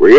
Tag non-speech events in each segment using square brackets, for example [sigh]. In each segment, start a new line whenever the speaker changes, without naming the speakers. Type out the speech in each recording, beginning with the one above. we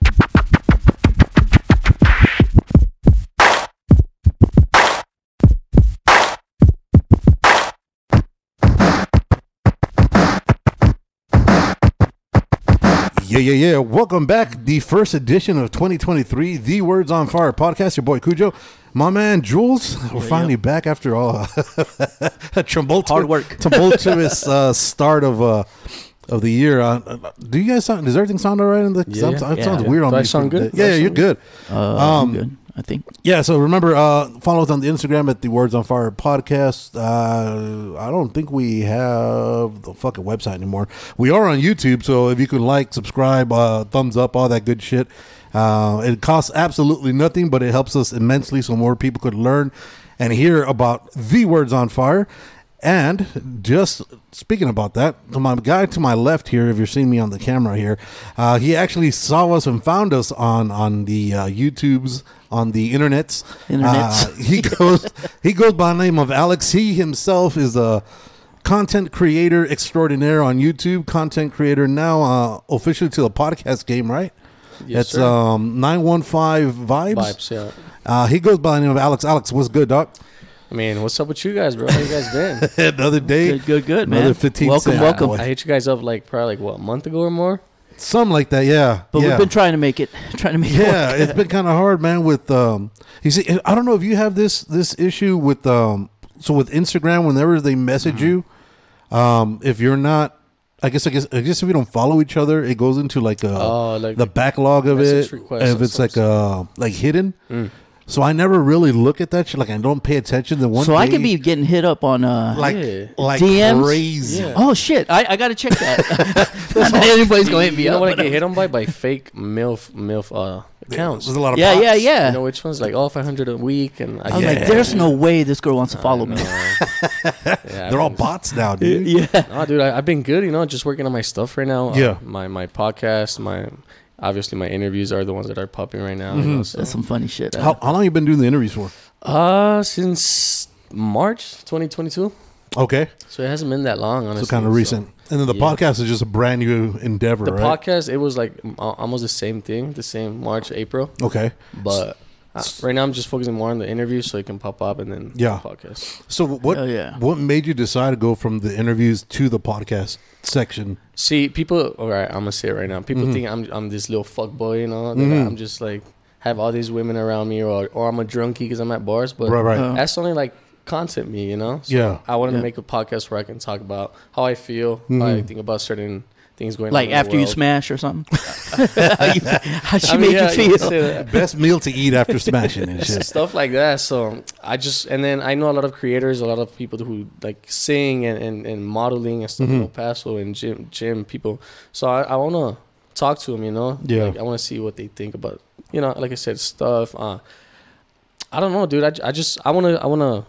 Yeah, yeah, yeah. Welcome back. The first edition of 2023, the Words on Fire podcast. Your boy Cujo, my man Jules. We're finally back after all uh, [laughs] a tumultuous,
Hard work.
[laughs] tumultuous uh, start of uh, of the year. Uh, Uh, do you guys sound? Does everything sound all right? In the,
Yeah,
sounds,
yeah.
It sounds
Yeah.
weird on
Do I
these
sound
people.
good?
Yeah,
Do I
yeah, you're
sound
good.
Uh,
Um,
good, I think.
Yeah, so remember, uh, follow us on the Instagram at the Words on Fire podcast. Uh, I don't think we have the fucking website anymore. We are on YouTube, so if you can like, subscribe, uh, thumbs up, all that good shit. Uh, it costs absolutely nothing, but it helps us immensely so more people could learn and hear about the Words on Fire. And just speaking about that, to my guy to my left here, if you're seeing me on the camera here, uh, he actually saw us and found us on on the uh, YouTubes, on the internets.
Internets.
Uh,
[laughs]
he goes he goes by the name of Alex. He himself is a content creator extraordinaire on YouTube, content creator now uh, officially to the podcast game, right?
Yes,
it's
sir.
um 915 Vibes.
Vibes, yeah.
Uh, he goes by the name of Alex. Alex, what's good, doc?
I mean, what's up with you guys, bro? How you guys
[laughs]
been?
[laughs]
Another day.
Good, good, good, man.
Another 15
welcome,
cent.
welcome.
Boy.
I hit you guys up like probably like what a month ago or more.
Something like that, yeah.
But
yeah.
we've been trying to make it, [laughs] trying to
[laughs]
make
yeah,
it.
it's been kind of hard, man. With um, you see, I don't know if you have this this issue with um, so with Instagram, whenever they message
Mm-hmm.
you, um, if you're not, I guess, I guess, I guess if you don't follow each other, it goes into like a
Oh, like
the backlog of
message
it,
requests
if
and
it's
stuff. Mm.
like uh like hidden. So I never really look at that shit. Like I don't pay attention to one.
So I could
day,
be getting hit up on uh,
like
Yeah.
like
DMs.
crazy.
Yeah.
Oh shit! I, I gotta check that.
[laughs]
Not that anybody's gonna hit me
You know
up.
what I
but- uh,
get hit on by by fake milf milf uh, accounts.
There's a lot of
yeah,
pops.
yeah, yeah.
You know which ones like all 500 a week and I
I was
Yeah.
like, "There's
[laughs]
no way this girl wants to follow
[laughs]
me."
They're all bots now, dude.
[laughs]
[laughs] yeah.
No, dude, I, I've been good. You know, just working on my stuff right now. Uh,
Yeah.
my my podcast, my obviously my interviews are the ones that are popping right now.
Mm-hmm.
You know, so.
That's some funny shit.
[laughs]
uh,
How, how long you been doing the interviews for?
Uh, since March 2022,
Okay.
so it hasn't been that long. Honestly,
So kind of recent. And then the
yeah.
podcast is just a brand new endeavor,
The
right?
podcast, it was like m- al- almost the same thing, the same March, April,
okay.
but. Uh, right now, I'm just focusing more on the interview, so it can pop up and then
Yeah.
the podcast.
So what
Hell yeah.
what made you decide to go from the interviews to the podcast section?
See, people. All right, I'm gonna say it right now. People
Mm-hmm.
think I'm I'm this little fuck boy, you know. that I'm just like have all these women around me, or or I'm a drunkie because I'm at bars. But
Right, right.
Uh,
that's only like content me, you know. So
Yeah.
I wanted
Yeah.
to make a podcast where I can talk about how I feel, how
Mm-hmm.
I think about certain things going on.
Like
in the
after you
world.
smash or something. how [laughs] you- how she
[laughs] I mean,
made
yeah,
you
can
feel?
say that.
Best meal to eat after smashing and
[laughs]
shit.
stuff like that. So I just and then I know a lot of creators, a lot of people who like sing and, and, and modeling and stuff in El
Mm-hmm.
Paso and gym gym people. So I, I wanna talk to them, you know.
Yeah.
Like, I wanna see what they think about you know, like I said, stuff. Uh, I don't know, dude. I, j- I just I wanna I wanna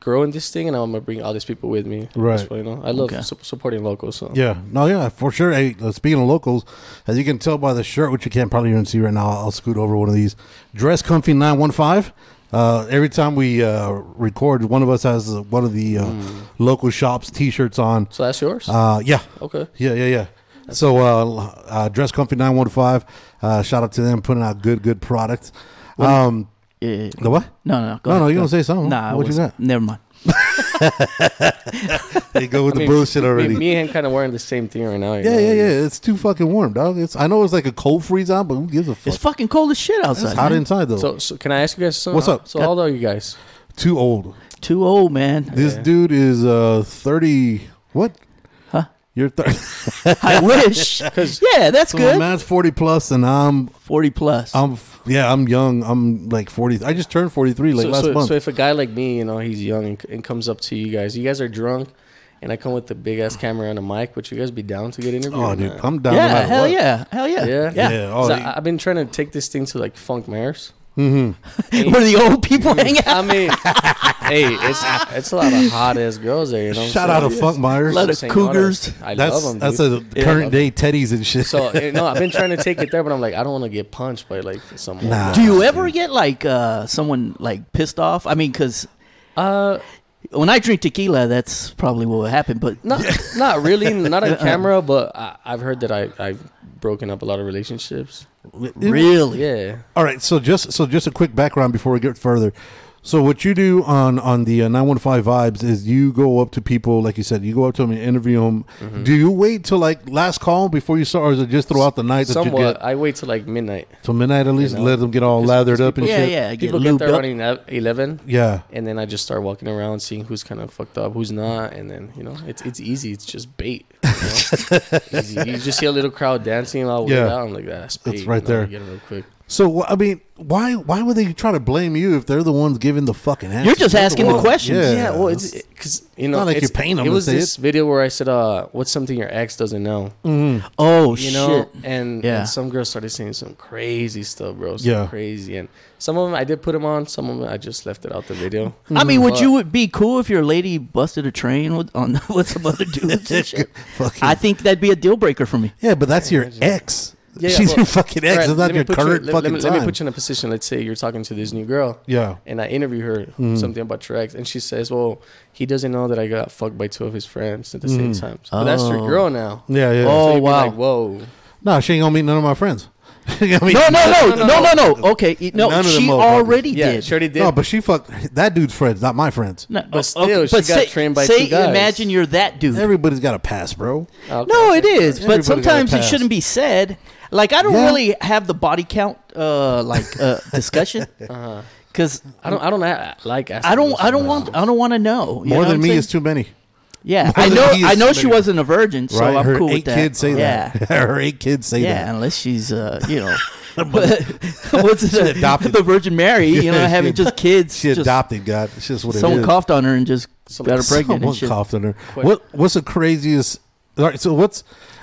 grow in this thing, and I'm gonna bring all these people with me.
Right.
So, you know, I love
Okay.
su- supporting locals. So
Yeah, no, yeah, for sure. Hey, uh, speaking of locals, as you can tell by the shirt, which you can't probably even see right now, I'll scoot over one of these. Dress comfy nine one five. Uh, every time we uh, record, one of us has uh, one of the uh,
Hmm.
local shops T-shirts on.
So that's yours.
Uh, yeah,
okay.
Yeah, yeah, yeah. So, uh, l- uh, Dress Comfy 915, uh, shout out to them putting out good, good products. Um,
Yeah, yeah, yeah.
the what?
No, no, go
No,
ahead,
no, you
go
gonna
ahead.
say something.
Nah, I
What you
wasn't.
got?
Never mind.
They go with
[laughs]
the
I mean,
bullshit
me-
already.
Me, and him kind of wearing the same thing right now. you
yeah,
know?
yeah, yeah. It's too fucking warm, dog. It's I know it's like a cold freeze out, but who gives a fuck?
It's fucking cold as shit outside.
It's hot
man.
inside though.
So, so can I ask you guys something?
What's up?
So how old are you guys?
too old.
Too old, man.
[laughs] This dude is uh thirty. What?
Huh?
You're [laughs] thirty.
I
[laughs]
wish. yeah, that's
so my
good.
man's forty plus, and I'm
Forty plus.
I'm f- yeah I'm young. I'm like forty. I just turned forty three like
so,
last
so,
month.
so if a guy like me, you know, he's young and, and comes up to you guys, you guys are drunk, and I come with the big ass camera and a mic, would you guys be down to get interviewed?
oh,
or
dude,
not?
I'm down. no
yeah,
matter
hell
what.
yeah, hell yeah,
yeah,
Yeah. oh,
So
you-
I, I've been trying to take this thing to like funk mares. [laughs]
where the old people hang out.
I mean, [laughs] hey, it's it's a lot of hot ass girls there. You know,
Shout out to Funk Myers.
Let
I'm
it-
saying,
cougars.
I
That's
love them.
that's a current day teddies and shit.
So eh, no, I've been trying to take it there, but I'm like, I don't want to get punched by like some. old
Nah.
guy.
[laughs]
Do you ever get like uh, someone like pissed off? I mean, because
Uh,
when I drink tequila, that's probably what would happen. But
not not really,
[laughs]
not on camera, but I, I've heard that I I've broken up a lot of relationships.
really,
Yeah.
[laughs] All right, so just so just a quick background before we get further. So what you do on on the uh, nine one five vibes is you go up to people, like you said, you go up to them and interview them.
Mm-hmm.
Do you wait till like last call before you start, or is it just throughout the night that you
Somewhat.
get
I wait till like midnight.
till midnight at least?
You know,
let them get all
'cause-
lathered
'cause
up and
yeah,
shit.
yeah, get
People get
lubed
there
up.
around ele- eleven.
Yeah,
And then I just start walking around, seeing who's kind of fucked up, who's not, and then you know it's it's easy. It's just bait. You,
[laughs]
know? easy. you just see a little crowd dancing, all weird
Yeah.
out. I'm like, that's bait.
right
you know,
there.
you Get it real quick.
So wh- I mean, why why would they try to blame you if they're the ones giving the fucking answer?
just asking the questions.
Yeah,
Yeah, well, it's because you know,
not like
it's-
you're paying 'em
It
to
was
say Mm,
this video where I said, "Uh, what's something your ex doesn't know?"
Oh
You know,
shit!
and,
Yeah.
and some girls started saying some crazy stuff, bro. Some
Yeah.
crazy, and some of them I did put them on. Some of them I just left it out the video.
I mean, would
But-
you would be cool if your lady busted a train with, on [laughs] with some other dudes and shit?
Fucking-
I think that'd be a deal breaker for me.
yeah, but that's your ex.
Yeah, yeah,
She's
well,
your fucking ex.
Alright,
It's
let
not
me
your
put you-
current
let- let
fucking
me-
time.
Let me put you in a position. Let's say you're talking to this new girl.
yeah. Mm-hmm.
and I interview her something about your ex, and she says, "Well, he doesn't know that I got fucked by two of his friends at the same time." So that's your
Oh.
girl now.
Mm-hmm. Yeah, yeah.
Oh,
So you'd be
wow.
Like, Whoa.
No, she ain't gonna meet none of my friends. [laughs] She ain't gonna meet-
No, no, no, no, no, no. Okay, y- no,
None of them
she
motherfuckers.
already
Yeah,
did.
she already did.
No, but she fucked that dude's friends, not my friends.
No,
But still, she got trained by
say,
two guys.
Imagine you're that dude.
Everybody's got a pass, bro.
Okay.
no, it is,
Everybody
but sometimes
got a
it
pass.
shouldn't be said. Like I don't
Yeah.
really have the body count, uh, like
[laughs]
uh, discussion,
Uh-huh.
because
I don't. I don't a- like. asking
I don't,
those
I don't want,
questions.
I don't want to know. you
More
know what
than
I'm
me
saying?
is too many.
yeah.
more
I
than
know,
he is
I know she
somebody.
wasn't a virgin, so
right?
I'm
Her
cool
eight
with that.
kids say
yeah.
[laughs] that. Her eight kids say
yeah,
that.
unless she's, uh,
[laughs]
you know, [laughs] but what's it,
adopted.
the Virgin Mary, you
[laughs]
know,
Yeah,
having
she-
just kids.
She
just,
adopted God. It's just what it
someone
is.
coughed on her and just got her pregnant.
Someone
and shit.
coughed on her. What What's the craziest? All right, so what's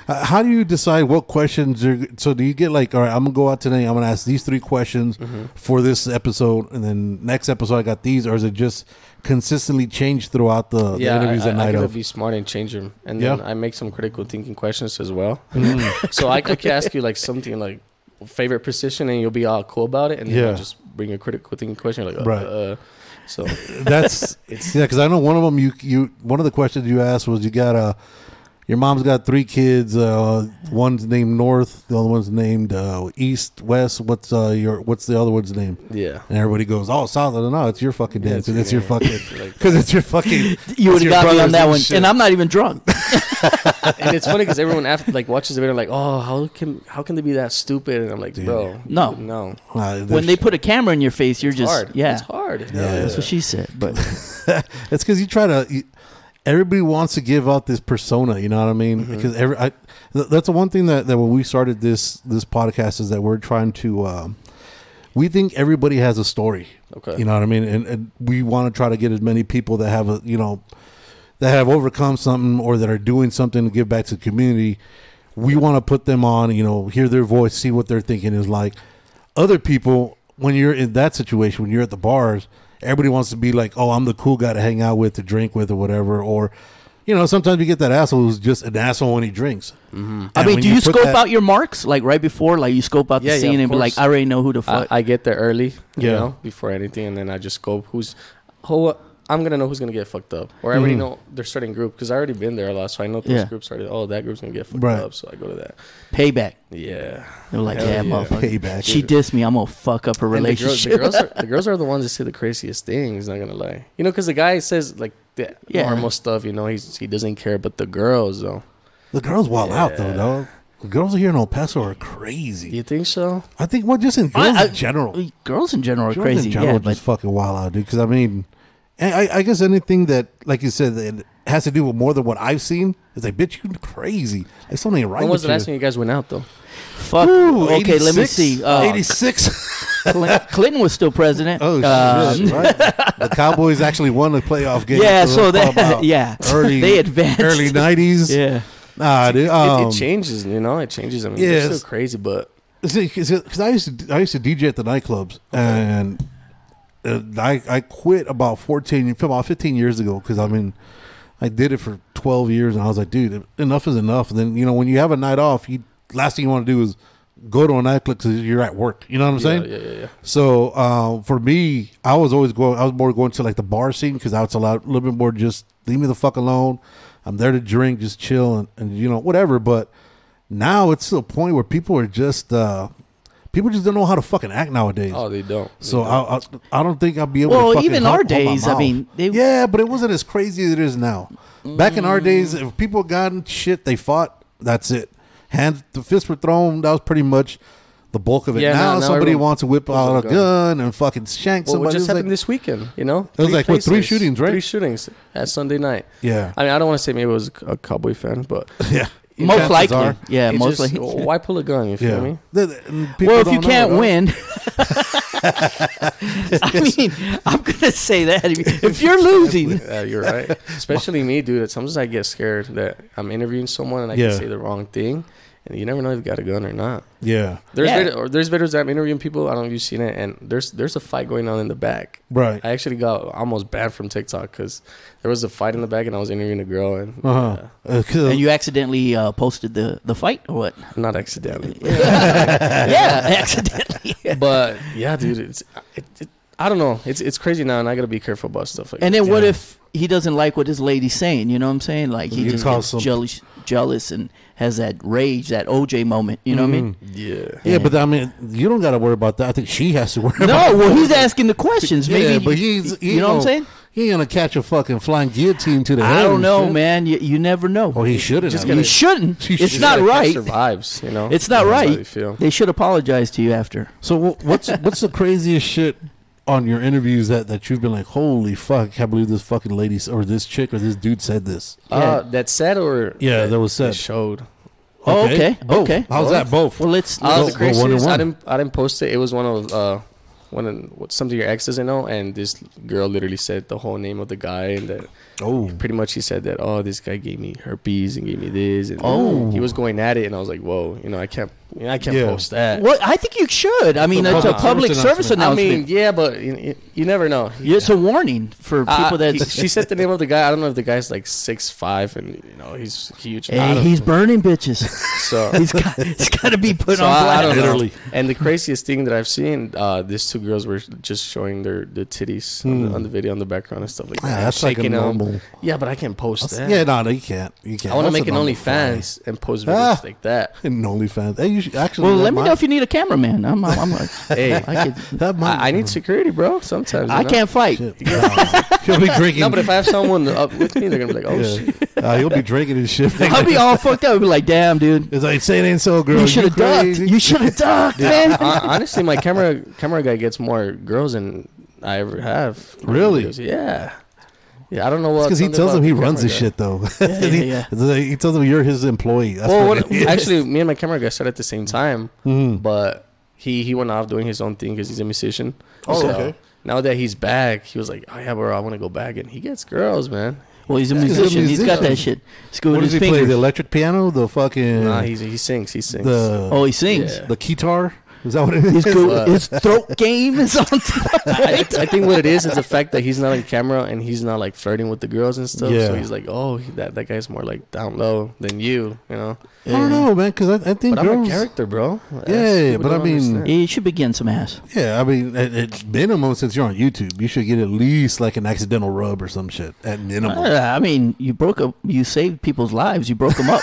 uh, how do you decide what questions are? So do you get like, all right, I'm gonna go out today. I'm gonna ask these three questions
Mm-hmm.
for this episode, and then next episode I got these, or is it just consistently changed throughout Oh, the, the
Yeah,
interviews
I, I,
at
I
night
gotta
of?
be smart and change them, and
Yeah. Mm.
then I make some critical thinking questions as well. so I could ask you like something like favorite position, and you'll be all cool about it, and then
Yeah.
I'll just bring a critical thinking question like, uh,
Right.
uh, so [laughs]
That's yeah, because I know one of them. You you one of the questions you asked was you got uh your mom's got three kids. Uh, one's named North, the other one's named uh, East, West. What's uh your what's the other one's name? [laughs]
yeah.
And everybody goes, oh, South. No, no, it's your fucking
Yeah,
dance,
it's
and it's your
your-
fucking [laughs]
Like-
because it's your fucking.
[laughs] You would
it's your
have got me
brothers
on that
and
one,
shit.
and I'm not even drunk.
[laughs]
and it's funny because everyone after like watches the video like, oh, how can how can they be that stupid? And I'm like, bro,
No.
no,
Uh,
when they put a camera in your face, you're just
hard,
yeah.
it's hard.
That's what she said. But
[laughs] That's because you try to. You, everybody wants to give out this persona. You know what I mean?
Mm-hmm.
Because every I, th- that's the one thing that, that when we started this this podcast is that we're trying to. Um, we think everybody has a story.
Okay.
You know what I mean? And, and we want to try to get as many people that have a you know that have overcome something or that are doing something to give back to the community. We want to put them on, you know, hear their voice, see what they're thinking is like. Other people, when you're in that situation, when you're at the bars, everybody wants to be like, oh, I'm the cool guy to hang out with, to drink with, or whatever. Or, you know, sometimes you get that asshole who's just an asshole when he drinks. Mm-hmm.
I mean, do you, scope out your marks like right before, like you scope out the
Yeah, yeah,
scene
of
and be like,
course.
I already know who the
I,
fuck.
I get there early, you
Yeah.
know, before anything, and then I just go who's who. I'm gonna know who's gonna get fucked up, or I
Mm-hmm.
already know their starting group because I already been there a lot, so I know those
Yeah.
groups started. Oh, that group's gonna get fucked
Right.
up, so I go to that.
payback.
Yeah,
They're like,
Hell
yeah,
yeah.
motherfucker.
Payback.
She dissed me. I'm gonna fuck up her
And the girls, the
[laughs] relationship.
girls, are, the girls are the ones that say the craziest things. Not gonna lie, you know, because the guy says like the
Yeah.
normal stuff. You know, he's he doesn't care, but the girls though.
The girls wild out though,
Yeah.
dog. The girls here in El Paso are crazy.
Do you think so?
I think well, just in
I-
girls
I-
in general.
girls in general are
Girls
crazy.
in general
yeah,
are
but
just fucking wild out, dude. Because I mean, and I, I guess anything that, like you said, that has to do with more than what I've seen is like, bitch, you crazy. Like something ain't right.
When was the
with
last
you.
time you guys went out though?
fuck.
Ooh,
okay, let me
86?
see. Uh,
86.
Clin- Clinton was still president.
[laughs] Oh,
Um,
shit.
[laughs]
Right? The Cowboys actually won the playoff game.
Yeah,
we're
so
talking
that-
about
yeah.
Early,
[laughs] They advanced. [laughs]
Early 90s.
Yeah.
Nah, dude.
It,
Um,
it changes, you know, it changes. I mean,
yeah,
they're
it's-
still crazy, but
because I used to I used to DJ at the nightclubs and uh, I I quit about fourteen about fifteen years ago because I mean I did it for twelve years and I was like dude enough is enough and then you know when you have a night off you last thing you want to do is go to a nightclub because you're at work you know what I'm saying
yeah, yeah, yeah.
so uh, for me I was always going I was more going to like the bar scene because I was a lot a little bit more just leave me the fuck alone I'm there to drink just chill and, and you know whatever but now it's to a point where people are just uh people just don't know how to fucking act nowadays.
Oh, they don't.
so I, I I don't think I'll be able.
Well,
to fucking
even
help
our
hold my
days, I
mouth.
mean, they-
yeah, but it wasn't as crazy as it is now. Back in our days, if people got in shit, they fought. That's it. Hands, the fists were thrown. That was pretty much the bulk of it.
Yeah,
now,
now- now
somebody
everyone
wants to whip
pulls
out
a
a gun and fucking shank
well,
somebody.
what just
It's like-
happened this weekend, you know?
It was like, what, three
places,
shootings, right?
Three shootings at Sunday night.
Yeah.
I mean, I don't want to say maybe it was a Cowboy fan, but
yeah,
most
Chances
likely.
are-
[laughs] Yeah,
it
most
just- oh,
likely.
why pull a gun? You feel
yeah.
me?
The- the- and people
well, if you
don't know,
can't
dog.
win, [laughs] I mean, I'm gonna say that if,
[laughs]
if you're losing,
Yeah, you're right. Especially me, dude. At Sometimes I get scared that I'm interviewing someone and I
Yeah.
can say the wrong thing, and you never know if you got a gun or not.
yeah,
There's
Yeah.
vid- or there's videos that I'm interviewing people. I don't know if you've seen it, and there's there's a fight going on in the back.
right,
I actually got almost banned from TikTok because there was a fight in the back, and I was interviewing a girl, and
uh-huh. uh huh.
and you accidentally uh, posted the the fight or
[laughs]
what?
not accidentally.
yeah, [laughs] accidentally.
but [laughs] yeah, dude, it's it, it, I don't know. It's it's crazy now, and I gotta be careful about stuff like.
And
that.
then what
Yeah.
if he doesn't like what this lady's saying? You know what I'm saying? Like he
You
just
call
gets
some-
jealous, jealous, and has that rage, that OJ moment. You know what I mean?
yeah,
yeah, but I mean, you don't got to worry about that. I think she has to worry. about
No, well, he's asking the questions. Maybe,
Mm-hmm. yeah, but he's he
you know what I'm
gonna-
saying?
He ain't gonna catch a fucking flying guillotine to the head.
I don't
and
know,
shit.
man. You, you never know.
Oh, he shouldn't.
Just
have.
gotta-
you shouldn't.
He
it's
should-
not
Gotta catch
right.
their vibes, you know.
It's
That's
not
how
right.
they feel.
They should apologize to you after.
so wh- what's [laughs] what's the craziest shit on your interviews that that you've been like, holy fuck, I can't believe this fucking lady s- or this chick or this dude said this.
Uh, that said or
Yeah, that was said.
showed.
Oh, okay,
Both.
okay.
How's that? Both.
Well, let's.
Uh,
Well,
the
let's-
well,
craziest,
one and
I
one.
didn't I didn't post it. It was one of uh one of what- something your ex doesn't know, and this girl literally said the whole name of the guy, and that
Oh,
pretty much he said that oh this guy gave me herpes and gave me this, and
Oh.
he was going at it, and I was like whoa, you know I can't you know, I can't
Yeah.
post that.
well, I think you should. I mean,
a
it's a
public
public
service
service
I
announcement.
mean, yeah, but you, you, you never know.
it's a warning for
Uh,
people
[laughs]
that.
he-
[laughs]
she said the name of the guy. I don't know if the guy's like six five and you know he's huge. I
Hey,
don't-
he's burning bitches.
[laughs]
so
[laughs] He's got, he's got to be put
so
on
I, I
blast.
don't know.
Literally.
And the craziest thing that I've seen, uh, these two girls were just showing their the titties on, the, on the video on the background and stuff like that.
Yeah, Hmm. Ah, that's like a
Shaking 'em.
normal-
Yeah, but I can't post that.
yeah. No, no, you can't. You can't.
I want to
That's
make
a
an
normal
OnlyFans and post
Ah.
videos like that.
fly. [laughs] An OnlyFans. Hey, you should actually.
Well,
that
let me
might-
know if you need a cameraman. I'm, I'm, I'm like,
[laughs]
Hey.
I, could,
That might.
I, I need security, bro. Sometimes you
I
know?
can't fight.
He'll be drinking.
No, but if I have someone up with me, they're gonna be like, "Oh shit!"
[laughs]
[laughs]
yeah. uh, he'll be drinking his shit.
[laughs] I'll be all fucked up. I'll be like, damn, dude,
[laughs] It's like say it ain't so, girl.
you should have ducked.
crazy.
You should have ducked,
Yeah,
man.
[laughs] hon- honestly, my camera camera guy gets more girls than I ever have.
Really?
Yeah. Yeah, I don't know what.
because he
something
tells
about
him he
the
runs
camera
his
guy.
shit [laughs] though.
yeah,
he,
yeah.
it's like, [laughs] he tells him you're his employee. That's Mm-hmm.
Well,
what
what,
[laughs]
[laughs] actually, me and my camera guy started at the same time, but he he went off doing his own thing because he's a musician.
Oh, okay.
Now that he's back, he was like, "Oh yeah, bro, I want to go back," and he gets girls, man.
Well, he's a
he's a
musician. He's got
musician.
that shit. Screw
what
with
does
his
he play? The
fingers.
electric piano, the fucking
Nah, he he sings, he sings.
the
Oh, he sings.
Yeah.
the guitar. Is that what it is?
His, go-
What?
his throat game is on.
[laughs]
[laughs]
I, I think what it is is the fact that he's not on camera and he's not like flirting with the girls and stuff.
Yeah.
So he's like, "Oh, he- that that guy's more like down low than you," you know.
I don't know, man. Because I, I think
But I'm a
girls.
character, bro. That's-
Yeah,
people
but I
don't
mean-
understand.
You should be getting some ass.
yeah, I mean, at, at minimum, since you're on YouTube, you should get at least like an accidental rub or some shit. At
Oh,
minimum, [laughs]
Uh, I mean, you broke up. You saved people's lives. You broke them up.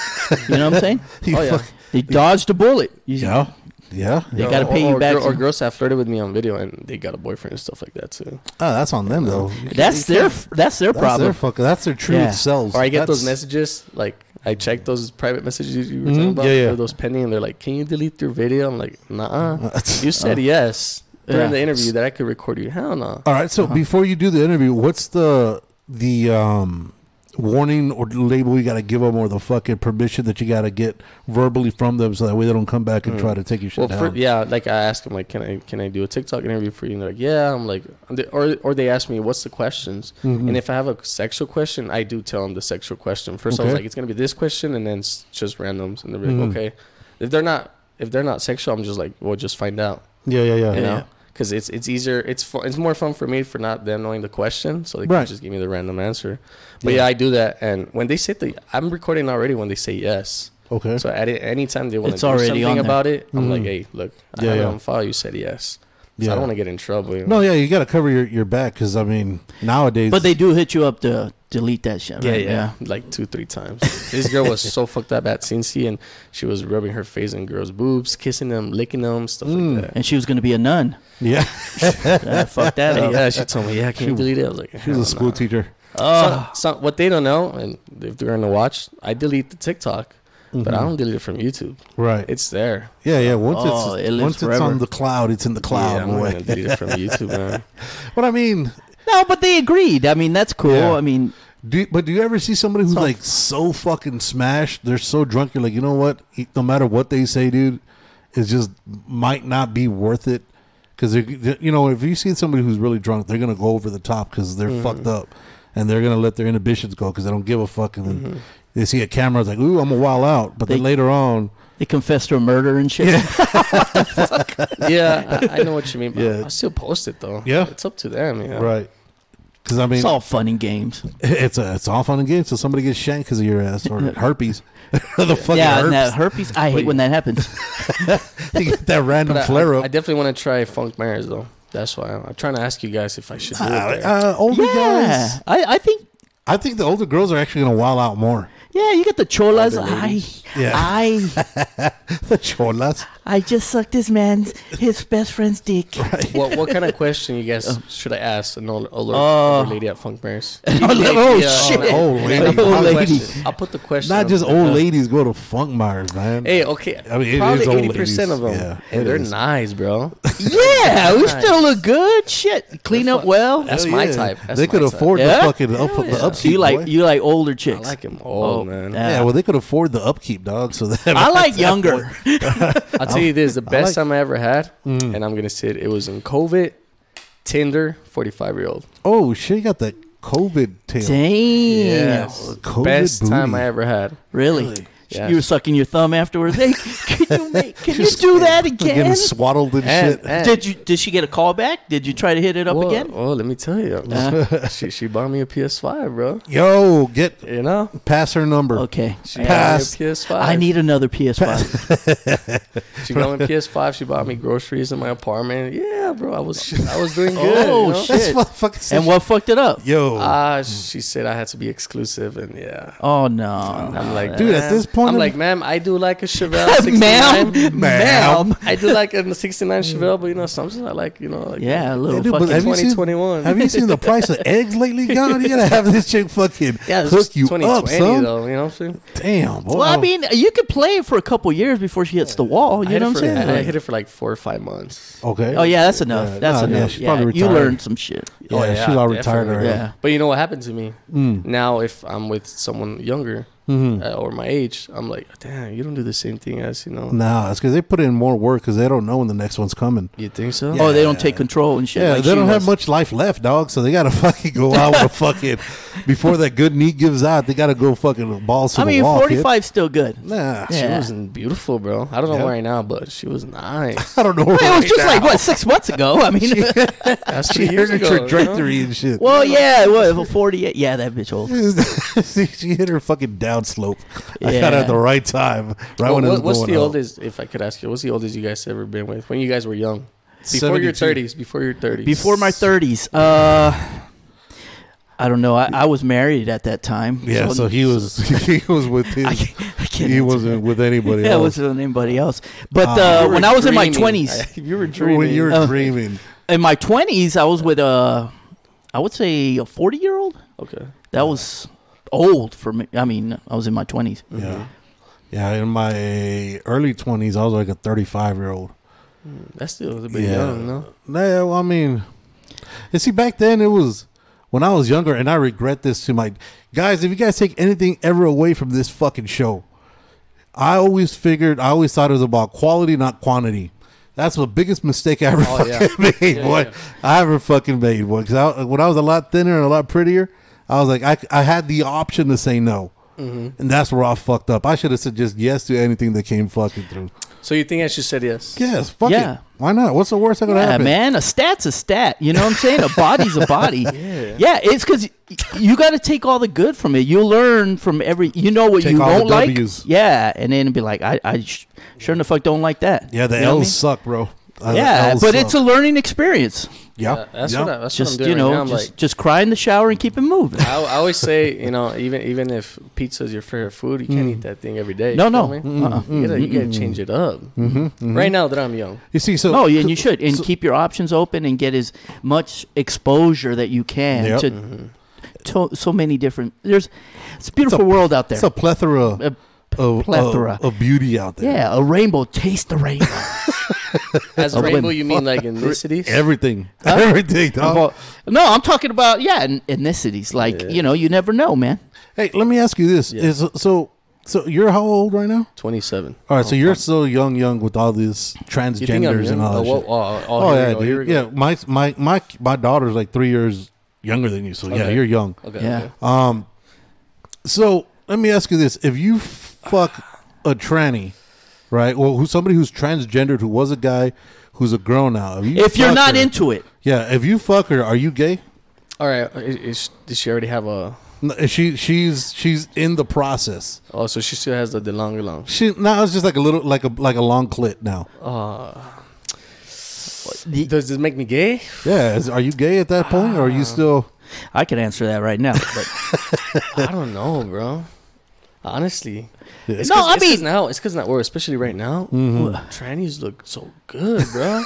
you know what I'm saying?
He
oh, yeah.
fuck-
They dodged a bullet. You-
yeah, yeah.
They gotta
Or-
pay you
or
back
girl- or
some-
girls have flirted with me on video and they got a boyfriend and stuff like that too.
Oh, that's on them though. You
That's their. That's their
that's
problem.
Their fucking, that's their true
Yeah.
selves.
Or I get those
That's-
messages, like I check those private messages you were
Mhm,
talking about,
yeah, yeah.
or those pending, and they're like, "Can you delete your video?" I'm like, "Nah,
Uh, [laughs]
you said yes during
Yeah.
the interview that I could record you. Hell no."
All right. So
Uh-huh.
before you do the interview, what's the the um, warning or label you got to give them, or the fucking permission that you got to get verbally from them, so that way they don't come
Mm.
back and try to take your
Well,
shit
for,
down?
yeah, like I ask them, like, "Can I can I do a TikTok interview for you?" And they're like, "Yeah." I'm like, and they- or or they ask me, "What's the questions?" And if I have a sexual question, I do tell them the sexual question. First, I was
Okay.
like, "It's gonna be this question," and then it's just randoms, and they're like, "Okay." If they're not, if they're not sexual, I'm just like, well, just find out,
Yeah, yeah, yeah.
you know?
Yeah.
Because it's it's easier, it's fun, it's more fun for me for not them knowing the question, so they
Right.
can just give me the random answer. But
Yeah.
yeah. I do that, and when they say the, I'm recording already when they say yes.
Okay.
So at any time they want to
It's
do
already
something
on there.
about it, I'm like,
Mhm.
hey, look, I
Yeah,
have
yeah.
it on file. You said yes. So
Yeah.
I don't want to get in trouble. you know?
no, yeah, you got to cover your, your back because I mean nowadays.
But they do hit you up to delete that shit. Right?
Yeah, yeah, Like two, three times. this girl
[laughs]
was so fucked up at Cincy and she was rubbing her face in girls' boobs, kissing them, licking them, stuff
Mm.
like that.
And she was gonna be a nun. [laughs]
yeah, [laughs]
Yeah, fuck that
And
up.
yeah, she told me, yeah, can you delete it? I was like,
she was a school teacher. Ah.
Oh. So, what they don't know, and if they're going to watch, I delete the TikTok, but I
Mhm.
don't delete it from YouTube.
Right.
It's there.
yeah, yeah. Once
Oh,
it's
it lives
once it's
forever.
on the cloud, it's in the
yeah,
cloud.
I'm
in a
not
way.
going to delete it from YouTube,
[laughs]
man.
But I mean,
No, but they agreed. I mean, that's cool.
Yeah.
I mean,
do you, but do you ever see somebody who's
Tough.
like so fucking smashed? They're so drunk. You're like, you know what? E- No matter what they say, dude, it just might not be worth it. Because you know, if you see somebody who's really drunk, they're gonna go over the top because they're fucked up, and they're gonna let their inhibitions go because they don't give a fuck. And then they see a camera, it's like, ooh, I'm a wild out. But then
They-
later on,
they confessed to a murder and shit.
yeah, I, I know what you mean. But
Yeah.
I still post it, though.
Yeah.
It's up to them, you know?
right? Because I mean,
It's all fun and games.
[laughs] It's a, it's all fun and games. So somebody gets shanked because of your ass or herpes. [laughs] the fucking
yeah,
herpes. [laughs]
and that herpes. I hate when that happens.
you get that random
But I-
flare
I,
up.
I definitely want to try Funk Mares though. That's why I'm, I'm trying to ask you guys if I should do it. there.
uh, older
yeah,
guys.
I, I think.
I think the older girls are actually gonna wild out more.
Yeah, you got the cholas.
Older
I,
ladies.
Yeah.
I,
[laughs] The cholas.
I just sucked this man's his best
[laughs]
friend's dick.
what what
[laughs]
kind of question you
Oh.
guys should I ask an older, older,
Ah.
older lady at Funk Mares?
[laughs]
[laughs]
oh shit!
old lady.
Old lady.
I'll put the
[laughs]
question.
Not just
on the-
old ladies go to funk mires, man.
oh,
Hey, okay.
I mean, it
probably
is old
eighty percent of them,
ladies. Yeah, it
and they're
is.
nice,
[laughs]
bro.
Yeah, we
Nice.
still look good. Shit, clean up well.
That's
Hell
my
yeah.
type. That's
they
my
could
type.
afford
Yeah?
the fucking up,
Hell yeah.
the
So
So
upkeep.
you
boy.
like you like older
I
chicks.
like them old,
Oh,
man.
yeah.
yeah, well, they could afford the upkeep, dog. So that
I like younger.
I'll tell you this: the
like- Mm.
best time I ever had, and I'm gonna say it, it was in COVID. Tinder, forty-five year old.
[laughs] Oh shit, you got that COVID tail. Uh,
Damn.
Yes,
COVID
best time
booty.
I ever had.
Really?
Yes.
You were sucking your thumb afterwards. Hey, can
[laughs]
you make, can you do that again? Eh,
Getting swaddled and,
And-
shit.
and-
Did you did she get a call back? Did you try to hit it up
Well,
again?
well, let me
[laughs]
tell you, she she bought me a PS5, bro.
Yo, get
You know,
pass her number.
Okay.
she
Pass.
bought me a PS5.
I need
[laughs]
another PS5.
She
[laughs]
got me a PS5. She bought me groceries in my apartment. Yeah, bro, I was I
[laughs]
was doing good.
Oh,
oh you know?
shit.
This motherfucker said-
and what Uh, fucked it up?
Yo,
Ah, she said I had to be exclusive, and yeah.
Oh no.
I'm like,
Ah, Dude, at
"Ma'am."
this point
I'm
in-
like, ma'am, I do like
[laughs]
a Chevelle,
Ma'am,
69.
ma'am.
I do like
[laughs]
a 69 Chevelle, but you know, sometimes I like, you know, like
Yeah, a
Hey,
little
dude, but
fucking.
have you seen-
2021.
have you seen the price
[laughs]
of eggs lately? God, you gotta have this chick fucking
yeah, it's
hook you up,
2020
son.
though. You know what I'm saying?
Damn, boy.
well, I mean, you could play it for a couple years before she hits the wall.
I
You
hit
know
it
what I'm
for-
saying?
I
Like-
hit it for like four or five months.
okay.
oh yeah, that's enough.
Yeah,
that's
nah, yeah,
enough.
she's
Yeah,
probably
you
retired.
learned some shit.
Oh, yeah, she's all retired
definitely.
already. Mm.
Yeah.
But you know what happened to me? Now, if I'm with someone younger
Mm-hmm.
uh, or my age, I'm like, damn, you don't do the same thing as, you know.
Nah, it's because they put in more work because they don't know when the next one's coming.
You think so?
Oh, they don't take control and shit.
Yeah,
like
they
she
don't have
was.
much life left, dog. So they gotta [laughs] fucking go out with a fucking before that good knee gives out. They gotta go fucking balls to
I
the
mean,
wall. kid.
45 still
[laughs]
good.
Nah,
She
Yeah.
was beautiful, bro. I don't know
Yeah.
right now, but she was nice.
I don't know.
[laughs] It was just
[laughs]
like what six months ago. I mean,
That's
she
three
hit
years
her
ago.
trajectory and shit.
[laughs] well, yeah, it was 48. Yeah, that bitch old.
See, [laughs] she hit her fucking down slope. I got
Yeah.
her at the right time, right
Well,
when it was
what, what's
going
the
up.
oldest, if I could ask you, what's the oldest you guys ever been with when you guys were young? Before your
72.
30s, before your 30s.
Before my 30s, uh, I don't know. I, I was married at that time.
Yeah, so, he was [laughs] he was with his,
[laughs] I can't, I can't
he wasn't with anybody
[laughs] Yeah, it
else.
wasn't with anybody else. But
Ah.
uh,
You were
when I was in my
dreaming. [laughs]
20s,
you were dreaming.
when you were
Oh.
dreaming.
in my 20s, I was with a, I would say a 40 year old.
okay.
That was old for me. I mean, I was in my 20s.
Yeah, yeah. In my early twenties, I was like a thirty-five year old.
That's still a little bit
Yeah.
young, no?
Nah, well, I mean, and see, back then it was when I was younger, and I regret this to my guys. If you guys take anything ever away from this fucking show, I always figured, I always thought it was about quality, not quantity. That's the biggest mistake I ever
Oh, yeah.
fucking made, boy.
yeah.
I ever fucking made, boy. Because I, when I was a lot thinner and a lot prettier, I was like, I, I had the option
Mm-hmm.
to say no. And that's where I fucked up. I should have said just yes to anything that came fucking through.
So you think I should said yes?
Yes, fuck
Yeah.
it. Why not? What's the worst that could
Yeah,
happen?
man, a stat's a stat. You know what I'm saying? A body's
[laughs]
a body. yeah. it's because you got to take all the good from it. You learn from every. You know what
Take
you
all the
don't like.
Ws.
Yeah, and then be like, I, I sh- sure the fuck don't like that.
Yeah, the
You know what I
L's
mean?
suck, bro. Uh, the
Yeah,
L's
but it's a
suck.
learning experience.
yeah.
Uh, that's
yeah.
what I, that's
Just
what I'm
you
doing
know,
right now. I'm
just
like,
just cry in the shower and keep it moving.
I, I always say, you know, even even if pizza's your favorite food, you
Mm.
can't eat that thing every day.
No,
you
no.
feel me?
Uh-uh.
You, gotta, you gotta change it up.
Mm-hmm,
Right now that I'm young,
You see, Oh, so
no, Oh, and you should, and keep your options open and get as much exposure that you can
Yep. Mm-hmm.
to, to so many different. There's it's a beautiful world out there.
it's a plethora
A
of, of-
plethora.
of beauty out there.
yeah, a rainbow. Taste
[laughs]
the rainbow.
as
Oh, wait.
rainbow, you mean like ethnicities?
everything, [laughs] everything. dog.
Well, no, I'm talking about yeah, en- ethnicities. Like you know, you never know, man.
Hey, let me ask you this:
Yeah.
Is so so you're how old right now?
Twenty-seven.
All
Oh,
right, so you're so young, young with all these
You think I'm
transgenders
young?
and all
Oh,
that
whoa,
shit.
oh, oh,
oh
here we
yeah,
go, here we
dude.
go.
yeah. My my my my daughter's like three years younger than you, so yeah,
Okay.
you're young.
Okay.
Yeah.
okay.
Um, so let me ask you this: If you fuck a tranny, right? Well, who's somebody who's transgendered who was a guy who's a grown now? If, you
If you're
fuck
not
her-
into it,
yeah, if you fuck her, are you gay?
All right. uh, Is, is, does she already have a?
No, she she's she's in the process.
Oh, so she still has the delongelong.
She now it's just like a little like a like a long clit now.
Does this make me gay?
Yeah, is, are you gay at that point, or are
Ah.
you still?
I could answer that right now.
[laughs]
[laughs]
But
I don't know, bro. Honestly, it's
No,
'cause-
I
it's 'cause
mean-
now it's because now we're especially right now. Trannies look so good, [laughs] bro.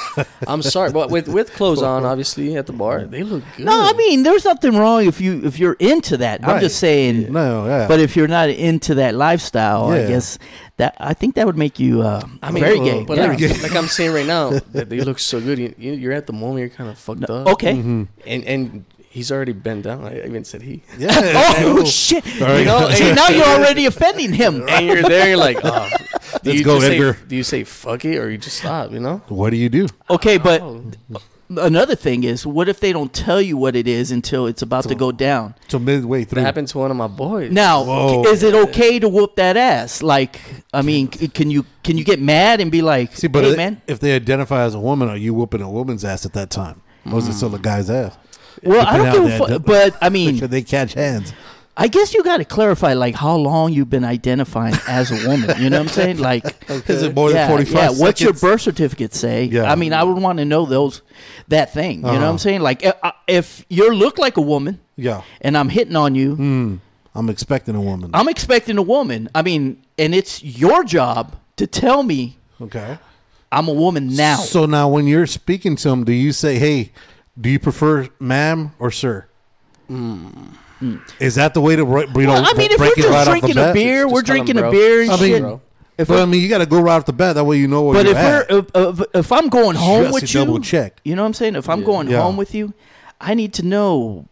I'm sorry, but with with clothes [laughs] on, obviously at the bar, they look good.
no, I mean, there's nothing wrong if you if you're into that. I'm
Right.
just saying.
No, yeah.
But if you're not into that lifestyle, I
Yeah.
guess that I think that would make you uh,
I mean,
very
uh,
gay.
But
yeah.
like, [laughs] like I'm saying right now, that they look so good. You, you- you're at the moment, you're kind of fucked up.
Okay.
and and he's already bent down. I even said he.
yeah.
[laughs]
[laughs]
Oh shit!
right. [laughs]
You know, see, now you're already offending him.
And you're there, you're like, oh. do
Let's
you
go,
just say-
Edgar.
do you say fuck it or you just stop? You know.
What do you do?
Okay, but
Oh.
another thing is, what if they don't tell you what it is until it's about to go down?
So midway through,
That happened to one of my boys.
Now,
Whoa.
is it okay to whoop that ass? Like, I mean, c- can you can you get mad and be like,
See, but
"Hey,
if-
man"?
if they identify as a woman, are you whooping a woman's ass at that time? Or
Mm.
is it still a guy's ass?
Well, I
Depending
don't
on
give
the
a fuck.
ident-
But
[laughs]
I
Should
mean,
they catch hands?
I guess you got to clarify like how long you've been identifying as a woman. You know what I'm saying? Like,
[laughs] Is it more
yeah,
than forty-five?
yeah. What's your
seconds?
birth certificate say?
Yeah.
I mean, I would want to know those that thing. You know what
Uh-huh.
I'm saying? Like, i- I- if you look like a woman
Yeah, Mm.
and I'm hitting on you,
I'm expecting a woman.
I'm expecting a woman. I mean, and it's your job to tell me
okay.
I'm a woman now.
So now, when you're speaking to them, do you say, "Hey, do you prefer ma'am or sir"? Is that the way to ri- you know?
Hmm. Well, I mean, if
break
we're
it
just
right off the
drinking a
bat?
beer,
Just
we're
call 'em
drinking a
bro.
beer and
I mean,
shit.
bro.
If I mean, you got to go right off the bat. That way, you know where
but
you're
if
at.
we're if, if, if I'm going home
Just
with
to
you,
double check.
You know what I'm saying? If I'm going
Yeah.
home with you, I need to know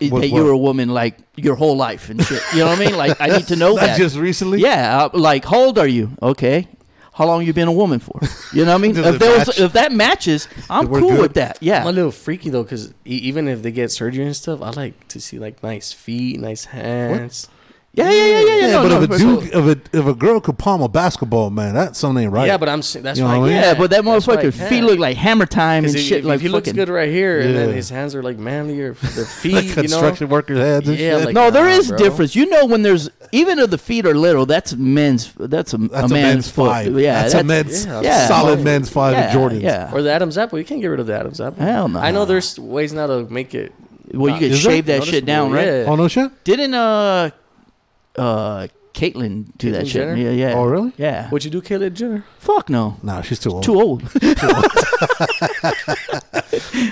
i-
What-
that
what?
you're a woman like your whole life and shit. You know what I mean? Like I need
[laughs]
to know
Not
that.
just recently?
Yeah, I, like how old are you? Okay. How long you been a woman for? You know what I
[laughs]
mean?
Does
if
it
there was,
match?
if that matches, I'm
we're
cool
good?
with that. Yeah.
I'm a little freaky though, because e- even if they get surgery and stuff, I like to see like nice feet, nice hands.
yeah, yeah, yeah, yeah, yeah.
yeah,
no,
but
no,
if a
for
dude,
sure.
if a if a girl could palm a basketball, man, that's something ain't right.
Yeah, but I'm s- that's
You know
why.
what I mean?
yeah, but that motherfucker
feet
feet look like hammer time and
if,
shit.
if
like
he looks
fucking.
good right here, and then
Yeah.
his hands are like manly
[laughs]
or the feet,
like
you know.
construction workers' heads. And
Yeah,
shit.
like-
No, there
Nah,
is
bro.
difference. You know when there's even if the feet are little, that's men's. That's a,
that's
a man's, foot.
five.
Yeah,
that's, a men's
yeah,
that's
solid
five.
men's five
yeah,
in Jordans.
Yeah.
Or the Adam's apple. You can't get rid of the Adam's apple.
Hell no.
I know there's ways now to make it.
Well, you could
Is
shave
there?
that shit down, right?
noticeable,
Oh no shit.
Didn't uh, uh, Caitlyn do that
Caitlyn
shit?
Jenner?
Yeah, yeah.
Oh, really?
Yeah.
Yeah. Would you do, Caitlyn Jenner? [laughs]
Fuck no.
Nah, she's too old.
Too old.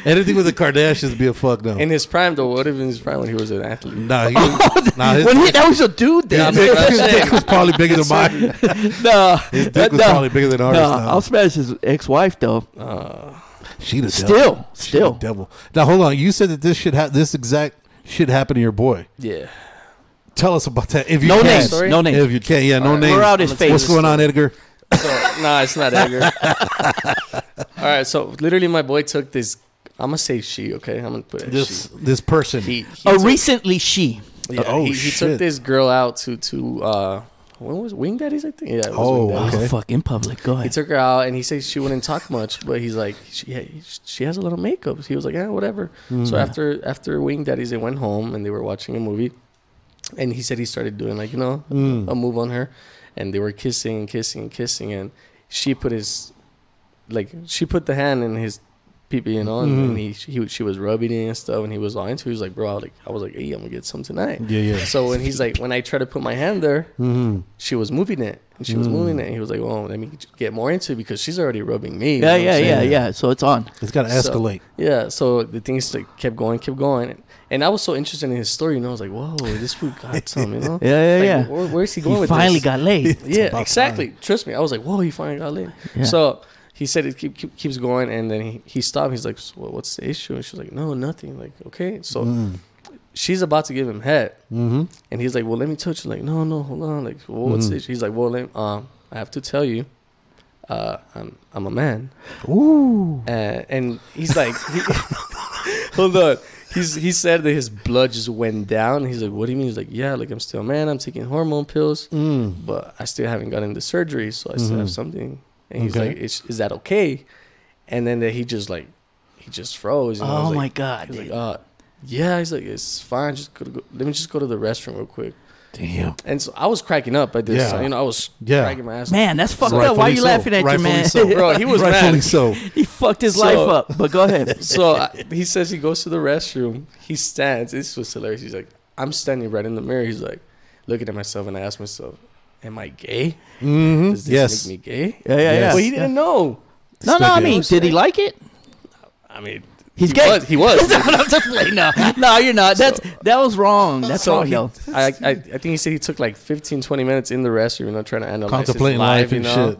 Anything with the Kardashians be a fuck no.
In his prime, though, what if in his prime when he was an athlete?
[laughs]
nah, he, [laughs] nah, his,
when he, that was a
his
dude then.
dick, his
[laughs]
dick was probably bigger than mine.
no,
His dick was
no,
probably bigger than ours.
no,
now.
I'll smash his ex-wife though.
She the
Still,
devil. She
still.
the devil. Now hold on. You said that this shit ha- this exact shit happened to your boy.
Yeah.
Tell us about that. If you
No
can.
names.
Sorry?
No names.
If you can, yeah, no
All right,
names.
we're out his face.
What's going on, Edgar?
So, nah, it's not Edgar.
[laughs]
All right, so literally, my boy took this. I'm gonna say she. Okay, I'm gonna put it. as
This this person.
she. He, he
A
took-
Uh, recently she.
Yeah,
Oh,
he, he
shit.
took this girl out to to uh, when was Wing Daddies? I think. Yeah. It was
Oh,
Wing Daddies.
Okay.
Oh, fuck, in public. Go
He
ahead.
took her out, and he says she wouldn't talk much, but he's like, she she has a lot of makeup. He was like, yeah, whatever.
Mm-hmm.
So after after Wing Daddies, they went home and they were watching a movie, and he said he started doing like you know
Mm.
a move on her, and they were kissing and kissing and kissing, and she put his like she put the hand in his peepee, you know, and, and he,
Mm-hmm.
he she was rubbing it and stuff, and he was all into. it. He was like, bro, I was like I was like, hey, I'm gonna get some tonight.
Yeah, yeah. Mm-hmm.
So when he's like, when I try to put my hand there, she was moving it, and she was moving it, and he was like, well, let me get more into it because she's already rubbing me. you
Hmm.
know
Yeah,
what
yeah,
I'm
yeah,
saying?
yeah. So it's on.
It's got to
So-
escalate.
yeah. So the things like kept going, kept going, and I was so interested in his story. You know, I was like, whoa, this fool got some. You know.
[laughs] Yeah, yeah,
Like,
yeah.
Where, where's he going
He
with
finally
this?
got
[laughs]
laid.
yeah,
about
exactly. Trust me, I was like, whoa, he finally got laid.
Yeah.
So he said it keep, keep, keeps going, and then he, he stopped. He's like, so what- what's the issue? And she's like, no, nothing. Like, okay, so she's about to give him head, mm-hmm. and he's like, well, let me touch you. Like, no, no, hold on. Like, well, what's the issue? He's like, well, let, um, I have to tell you. Uh, I'm I'm a man,
Ooh.
uh, and he's like, he- [laughs] hold on. He's he said that his blood just went down. He's like, what do you mean? He's like, yeah, like I'm still a man. I'm taking hormone pills,
Mm.
but I still haven't gotten the surgery, so I still have something. And he's
Mm-hmm. Okay.
like, is, is that okay? And then that he just like, he just froze. And I
Oh
was
my
like,
god,
He's like,
dude.
uh, yeah. He's like, it's fine. Just go to go, let me just go to the restroom real quick.
Damn.
And so I was cracking up at this.
Yeah.
You know, I was
Yeah.
cracking my ass.
man, that's fucked up.
Rightfully
Why are you
so.
laughing at
Rightfully
your man?
so.
bro, [laughs] he was
Rightfully
mad.
so.
[laughs] he fucked his
So-
life up. But go
[laughs]
ahead.
So I, he says he goes to the restroom. He stands. This was hilarious. He's like, I'm standing right in the mirror. He's like, looking at myself, and I ask myself, Am I gay?
Mm-hmm.
Does this
Yes.
make me gay?
Yeah, yeah, yeah.
But he didn't know.
no, no.
Stuck
I
it.
mean, did he like it?
I mean,
He's
he
gay.
Was, he
[laughs]
was.
no, no, just play- no, no, you're not. That's that was wrong. That's
so
wrong,
he, I,
yo.
I, I think he said he took like 15, 20 minutes in the restroom, you know, trying to analyze
Contemplating
his life,
life and
you know?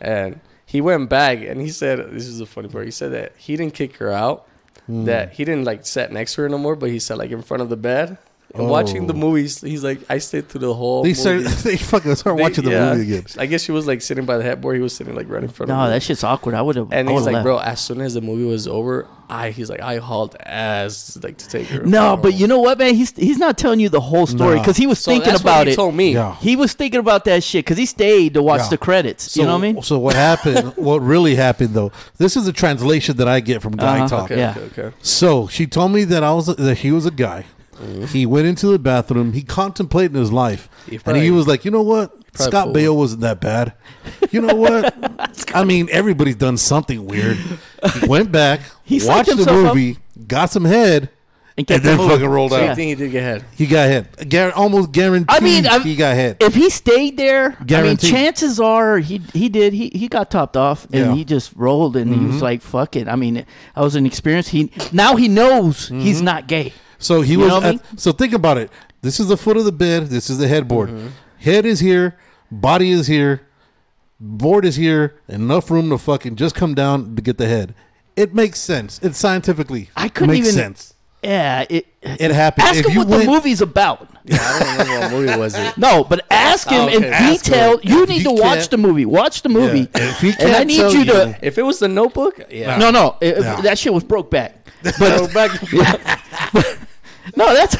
shit.
And he went back and he said, "This is the funny part." He said that he didn't kick her out,
Hmm.
that he didn't like sit next to her no more, but he sat like in front of the bed. And watching the
Oh.
movies, he's like, I stayed through the whole.
They start,
movie."
they fucking start [laughs]
They-
watching the
yeah.
movie again.
I guess she was like sitting by the headboard. He was sitting like right in front of
No,
her.
that shit's awkward. I would have.
and
I
he's
would've
like,
left.
bro, as soon as the movie was over, I he's like, I hauled ass like to take her.
No,
home."
but you know what, man? He's he's not telling you the whole story
Nah.
because he was
So
thinking
that's what
about
he
it.
Told me.
Yeah.
He was thinking about that shit because he stayed to watch
Yeah.
the credits. you know what I mean?
So what
[laughs]
happened? what really happened though? This is a translation that I get from guy
Uh-huh.
talk.
Okay,
Yeah.
okay. Okay.
So she told me that I was that he was a guy.
Mm-hmm.
He went into the bathroom. He contemplated his life,
He
and
probably-
he was like, "You know what?
probably
Scott
pulled
Bale wasn't that bad. You know
[laughs]
what? I mean, everybody's done something weird." He went back,
[laughs] He psyched
watched the
himself up.
movie, got some head,
kept
and then
the movie.
fucking rolled
So you
out.
think he did get head?
He got head. Guar- almost guaranteed.
I mean, I'm-
he got head.
If he stayed there, I mean,
Guaranteed.
chances are he he did he he got topped off and
Yeah. Mm-hmm.
he just rolled and he was like, "Fuck it." I mean, I was an experience. He now he knows
Mm-hmm.
he's not gay.
So he
You
was.
know what I
at-
mean?
So think about it. This is the foot of the bed. This is the headboard.
Mm-hmm.
Head is here. Body is here. Board is here. Enough room to fucking just come down to get the head. It makes sense. It scientifically
I couldn't
makes
even-
sense.
Yeah, it,
It happened.
ask
If
him
you
what
went-
the movie's about.
[laughs] Yeah, I don't remember what movie was it.
No, but ask him
Oh, okay.
in
Ask
detail.
him.
You
If
need
he
to watch
can't-
the movie. Watch the movie.
If he
and I
can't
need
tell
you to.
If it was the Notebook, yeah.
No, no, if- if
No.
that shit was broke back.
[laughs]
But
[laughs] No, that's.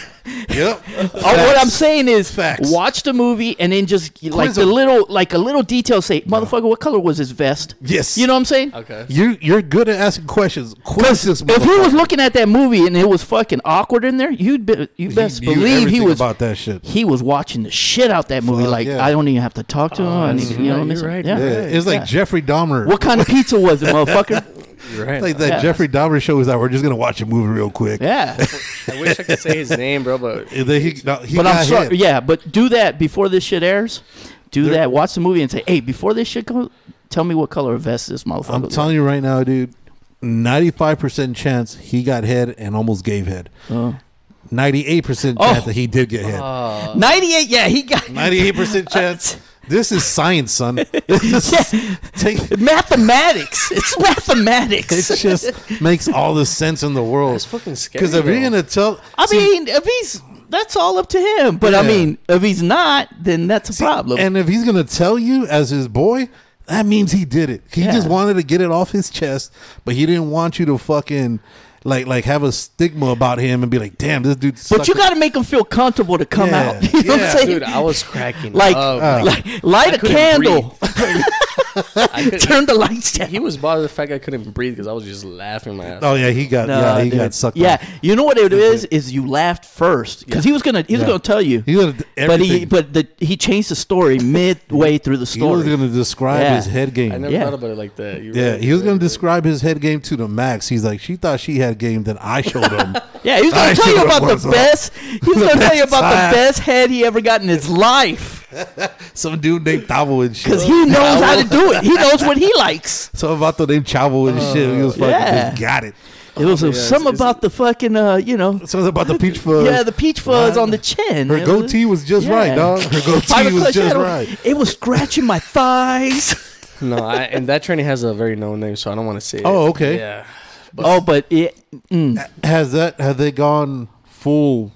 Yep.
[laughs] Oh, what I'm saying is,
Facts.
watch the movie and then just like
Quiz
the
him.
little, like a little detail. Say, motherfucker, what color was his vest?
Yes.
You know what I'm saying?
okay.
You you're good at asking questions. Quiz this
If he was
motherfucker.
looking at that movie and it was fucking awkward in there, you'd be, you best
knew
believe he
everything
was
about that shit.
he was watching the shit out that movie.
Fuck,
like
yeah. Oh,
I don't even have to talk to him. I need,
that's
you know what
right,
I'm
you're
saying?
right,
Yeah.
Yeah, it was like
Yeah.
Jeffrey Dahmer.
What kind of pizza was it,
[laughs]
motherfucker?
You're right.
Like that
Yeah.
Jeffrey Dahmer show is that we're just gonna watch a movie real quick.
yeah.
I wish I could say his name, bro, [laughs]
[laughs]
but
And then he, no, he
But
got
I'm sorry.
head.
Yeah, but do that before this shit airs. Do that. Watch the movie and say, hey, before this shit goes, tell me what color of vest this motherfucker.
I'm
was
telling you right now, dude. Ninety-five percent chance he got head and almost gave head.
Oh.
Ninety-eight percent
Oh.
chance that he did get head.
uh,
98. Yeah, he got
Ninety-eight percent chance. This is science, son. This is, take,
mathematics. It's mathematics.
it just makes all the sense in the world.
that's fucking scary.
Because if you're
though.
gonna tell,
I
see,
mean, if he's that's all up to him. But I
Yeah.
mean, if he's not, then that's a problem.
and if he's gonna tell you as his boy, that means he did it. He
Yeah.
just wanted to get it off his chest, but he didn't want you to fucking like like have a stigma about him and be like, damn, this dude.
But
sucked
you
at-
got to make them feel comfortable to come
Yeah,
out. [laughs] You know what
yeah.
I'm saying?
Dude, I was cracking.
like,
up.
like, light
I
a
couldn't
candle.
I couldn't-
Turn the lights down.
he was bothered the fact I couldn't breathe because I was just laughing my ass.
Oh yeah, he got
No,
yeah he
dude.
got sucked.
Yeah,
off.
you know what it is is you laughed first because he was gonna he was
Yeah.
gonna tell you,
he was
but he
everything.
but the, he changed the story midway through the
he was
story.
going to describe
Yeah.
his head game.
I never
yeah.
thought about it like that. You're
yeah,
right,
he was
you're
going
right,
to
you're
describe his head game to the max. He's like, she thought she had game, then I showed
[laughs]
him.
yeah, he was gonna
I [laughs]
tell you
should've
about
was
the
up.
best. He was
The
gonna tell you
best
about
time.
the best head he ever got in his life
Some dude named Tavo and shit.
because he knows how to do it. He knows what [laughs] he likes.
Some vato named Chavo and shit. He was fucking
Oh, yeah.
he got it.
It was
yeah,
some
it's-
about the fucking uh, you know,
Something about the peach fuzz.
yeah, the peach fuzz
Wow.
on the chin.
her
It was-
goatee was just
Yeah.
right, dog.
[laughs]
Her
Five
goatee
o'clock
was just
shadow.
right.
It was scratching
[laughs]
my thighs.
right. No, I, and that training has a very known name, so I don't want to say.
Oh,
it.
okay.
Yeah.
oh, but it mm,
Uh, Has that? Have they gone full?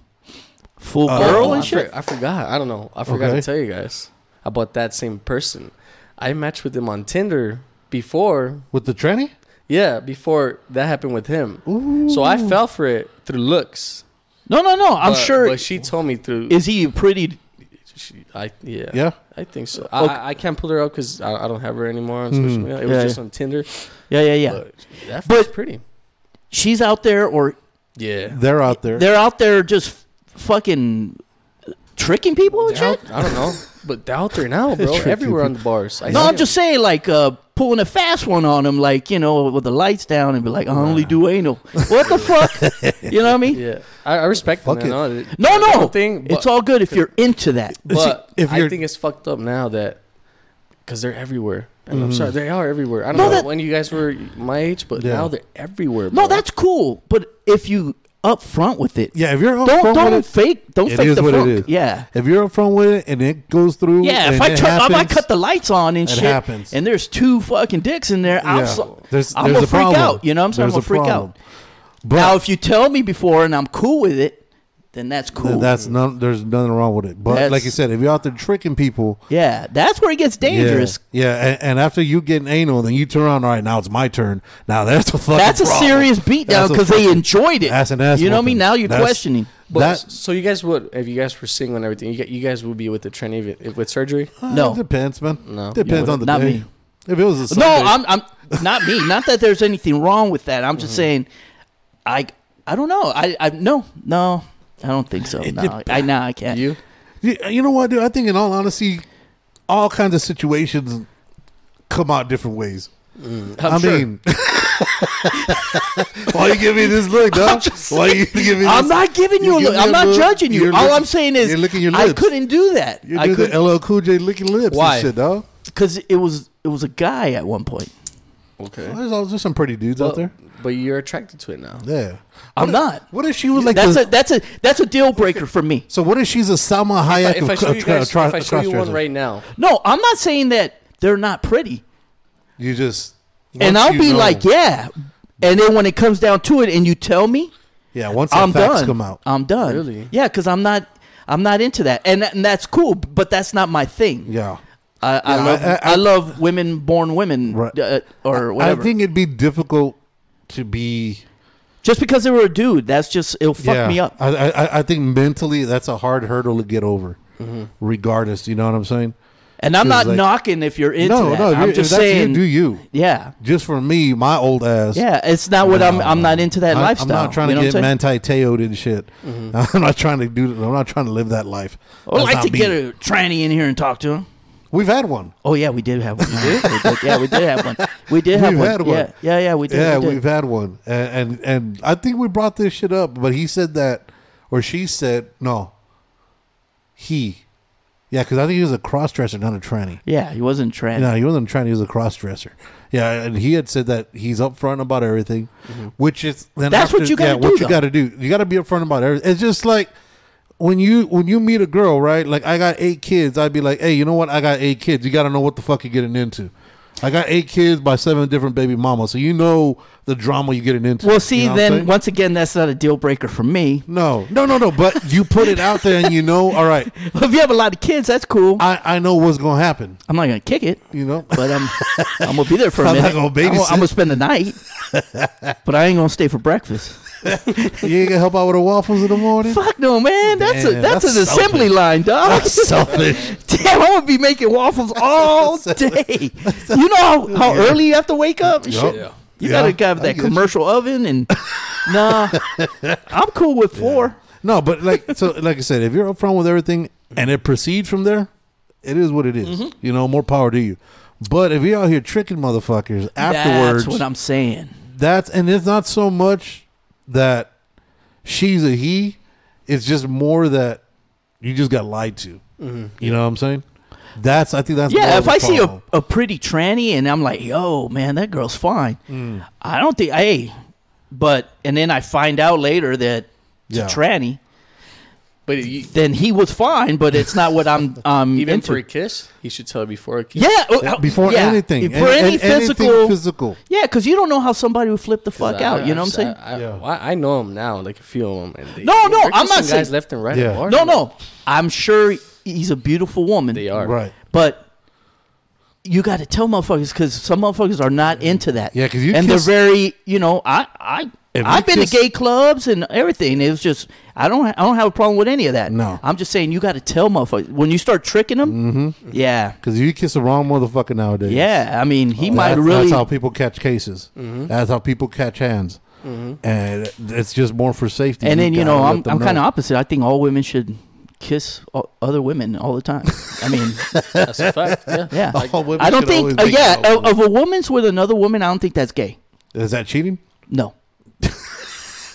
full
Uh,
girl
Oh, I,
and shit.
for- I forgot. I don't know. I forgot
Okay.
to tell you guys about that same person. I matched with him on Tinder before.
With the tranny?
Yeah, before that happened with him. So I fell for it through looks.
No, no, no. I'm
but-
sure.
But she told me through.
is he a pretty?
she, I yeah.
Yeah.
I think so. I, I- I can't pull her up because I, I don't have her anymore on social media. It was
Mm-hmm. Yeah,
just
yeah.
on Tinder.
Yeah, yeah, yeah.
But that
But-
was pretty.
She's out there, or
Yeah.
They're out there.
they're out there just fucking tricking people and
They're
shit.
out- I don't know, but they're out there
[laughs]
now, bro.
Tricky
Everywhere on the bars. I
No,
see
I'm
'em.
just saying, like uh, pulling a fast one on them, like you know, with the lights down, and be like, I only do anal. What
[laughs]
the fuck? You know what I mean?
Yeah, I, I respect
Fuck
them.
it.
No,
No, no.
Thing,
it's all good if you're
[laughs]
into that.
But
if
I
you're-
think it's fucked up now that because they're everywhere. And I'm sorry, they are everywhere. I don't
Mm-hmm. No,
know
that-
when you guys were my age, but
Yeah.
now they're everywhere.
No,
bro.
that's cool. But if you up front with it,
yeah, if you're up
don't
front
don't
with it,
fake don't
it
fake
is
the
what it
funk.
is.
Yeah.
if you're up front with it and it goes through,
Yeah,
and
if I,
it
turn, if I
happens,
cut the lights on and
It
shit,
happens.
and there's two fucking dicks in there,
yeah.
I'm, so,
there's,
I'm
there's
gonna
a
freak
problem.
out. You know what I'm saying? I'm
There's
gonna
a
freak
problem.
out.
But
now, if you tell me before and I'm cool with it, then that's
th-
cool.
that's none. There's nothing wrong with it. But
That's-
like you said, if you're out there tricking people,
yeah, that's where it gets dangerous.
Yeah, yeah, and, and after you get an anal, then you turn around. All right, now it's my turn. Now that's a fucking.
That's a
problem.
serious beatdown
That's a
because they
fucking-
enjoyed it.
That's an ass.
You know what I mean?
whooping.
Now you're
That's-
questioning.
But
that-
so you guys would if you guys were single and everything, you gu- you guys would be with the trainee if, if with surgery.
Uh,
No.
it depends, man.
No.
depends
You
on the
Not
day.
me.
If it was a
No,
Sunday,
I'm, I'm not me. Not that there's anything wrong with that. I'm just
Mm-hmm.
saying, I I don't know. I, I no no. I don't think so. No, I nah, I can't.
You
You, you know what, dude? I think in all honesty, all kinds of situations come out different ways.
I'm
Mm.
I
sure.
mean, [laughs] why you give me this look,
[laughs]
dog? Why you give me?
I'm
this-
not giving
you
you, a
give
look.
me
I'm
a
not
look,
judging you.
you're
All
looking-
I'm saying is
you're licking your
I
lips.
couldn't do that.
You
I
do the
couldn't
LL Cool J licking lips
Why?
and shit, dog.
because it was it was a guy at one point.
okay,
There's, all- there's some pretty dudes out
but,
there.
but you're attracted to it now.
Yeah,
I'm not.
What if she was like
that's
the-
a that's a that's a deal breaker for me.
So what if she's a Salma
If I,
Hayek
if I
of
show
cro-
you guys,
tra-
if I show you one
cross-dressers?
right now,
No, I'm not saying that they're not pretty.
You just
and
once
I'll
you
be
know-
like, yeah. And then when it comes down to it, and you tell me,
yeah. Once the
I'm
facts
done.
come out,
I'm done.
Really?
Yeah, because I'm not. I'm not into that, and, that- and that's cool. But that's not my thing.
yeah.
I, I
Yeah, I-
love I,
I- I-
love women born women
Right.
uh, or
I
whatever.
think it'd be difficult to be.
just because they were a dude, that's just it'll fuck
yeah,
me up.
I, I I think mentally that's a hard hurdle to get over.
Mm-hmm.
Regardless, you know what I'm saying?
And I'm not
Because, like-
knocking if you're into
no,
that.
no. If,
I'm
you're-
just
if that's
saying,
you, do you?
yeah,
Just for me, my old ass.
yeah. It's not what I'm.
No,
I'm not into that
I-
lifestyle.
I'm not trying
you know
to
what
get
I'm saying? Mm-hmm.
manti teoed and shit. [laughs] I'm not trying to do. I'm not trying to live that life.
Oh, I would
That's
like
not
to
me.
get a tranny in here and talk to him.
We've had one.
Oh yeah, we did have one. we did? Yeah, we did have one. We did have
We've
one.
had one.
Yeah, yeah, yeah. We did.
Yeah,
we did.
we've had one, and, and and I think we brought this shit up, but he said that, or she said no. He, yeah, because I think he was a cross dresser, not a tranny.
yeah, he wasn't tranny.
No, he wasn't a tranny; he was a cross dresser. Yeah, and he had said that he's upfront about everything, which is then
Mm-hmm. That's what you gotta
yeah, What
do,
you
though.
got to do, you got to be upfront about everything. It's just like when you when you meet a girl, right? Like I got eight kids, I'd be like, hey, you know what? I got eight kids. You got to know what the fuck you're getting into. I got eight kids by seven different baby mamas, so you know the drama you're getting into.
Well, see,
You know what I'm
then
saying?
once again, that's not a deal breaker for me. [laughs]
no, no, no, no. But you put it out there, and you know, all right,
if you have a lot of kids, that's cool. I,
I, I know what's gonna happen.
am not gonna kick it,
You
[laughs]
know, [laughs]
but I'm I'm gonna be there for a
I'm not
minute.
gonna
I'm,
babysit.
I'm gonna spend the night,
[laughs]
but I ain't gonna stay for breakfast.
you ain't gonna help out with the waffles in the morning.
Fuck no, man. That's a
Damn,
that's,
that's
an assembly
selfish.
line, dog.
That's selfish.
[laughs] Damn, I'm gonna be making waffles
[laughs]
all day. You know how, how early you have to wake up. and
Yup.
shit?
Yeah.
Yeah,
You gotta have
I
that
get
commercial
[laughs]
oven and nah. I'm cool with four.
No, but like so, like I said, if you're upfront with everything and it proceeds from there, it is what it is.
Mm-hmm.
You know, more power to you. But if you're out here tricking motherfuckers afterwards,
That's what I'm saying.
that's and it's not so much that she's a he it's just more that you just got lied to you know what i'm saying that's i think that's more
Mm-hmm. Yeah,
of
if
the
I see a,
problem.
a pretty tranny and I'm like, yo, man, that girl's fine.
Mm.
I don't think, hey, but, and then I find out later that it's
Yeah.
a tranny,
But you,
then he was fine, but it's not
[laughs]
what I'm, I'm
even
into.
for a kiss, he should tell her before a kiss.
yeah, oh, oh,
before
yeah.
anything
Before
and-
any
and anything
physical.
physical
yeah, because you don't know how somebody would flip the fuck out. you know what I'm saying?
I, I,
Yeah.
well, I know him now, like a few of them. And they,
No, no,
they're
I'm not
kissing guys
saying-
left and right.
Yeah.
at bars,
no,
man.
no. I'm sure he's a beautiful woman.
they are
right
But you got to tell motherfuckers because some motherfuckers are not into that.
Yeah, 'cause you
and
kiss-
they're very, you know, I I
If you
I've been
kiss-
to gay clubs and everything. It was just I don't I don't have a problem with any of that.
No.
I'm just saying you got to tell motherfuckers when you start tricking them.
Mm-hmm.
Yeah,
because you kiss the wrong motherfucker nowadays
yeah. I mean, he
That's-
might
that's,
really. Mm-hmm.
how people catch cases that's how people catch hands and it's just more for safety
and then you know
gotta let
I'm
them
I'm kind of opposite. I think all women should kiss o- other women all the time.
[laughs]
I mean,
That's a fact. Yeah.
yeah.
All women
I don't
should always
think. Uh,
make
yeah,
out
of, of a woman's with another woman, I don't think that's gay.
is that cheating [laughs]
No.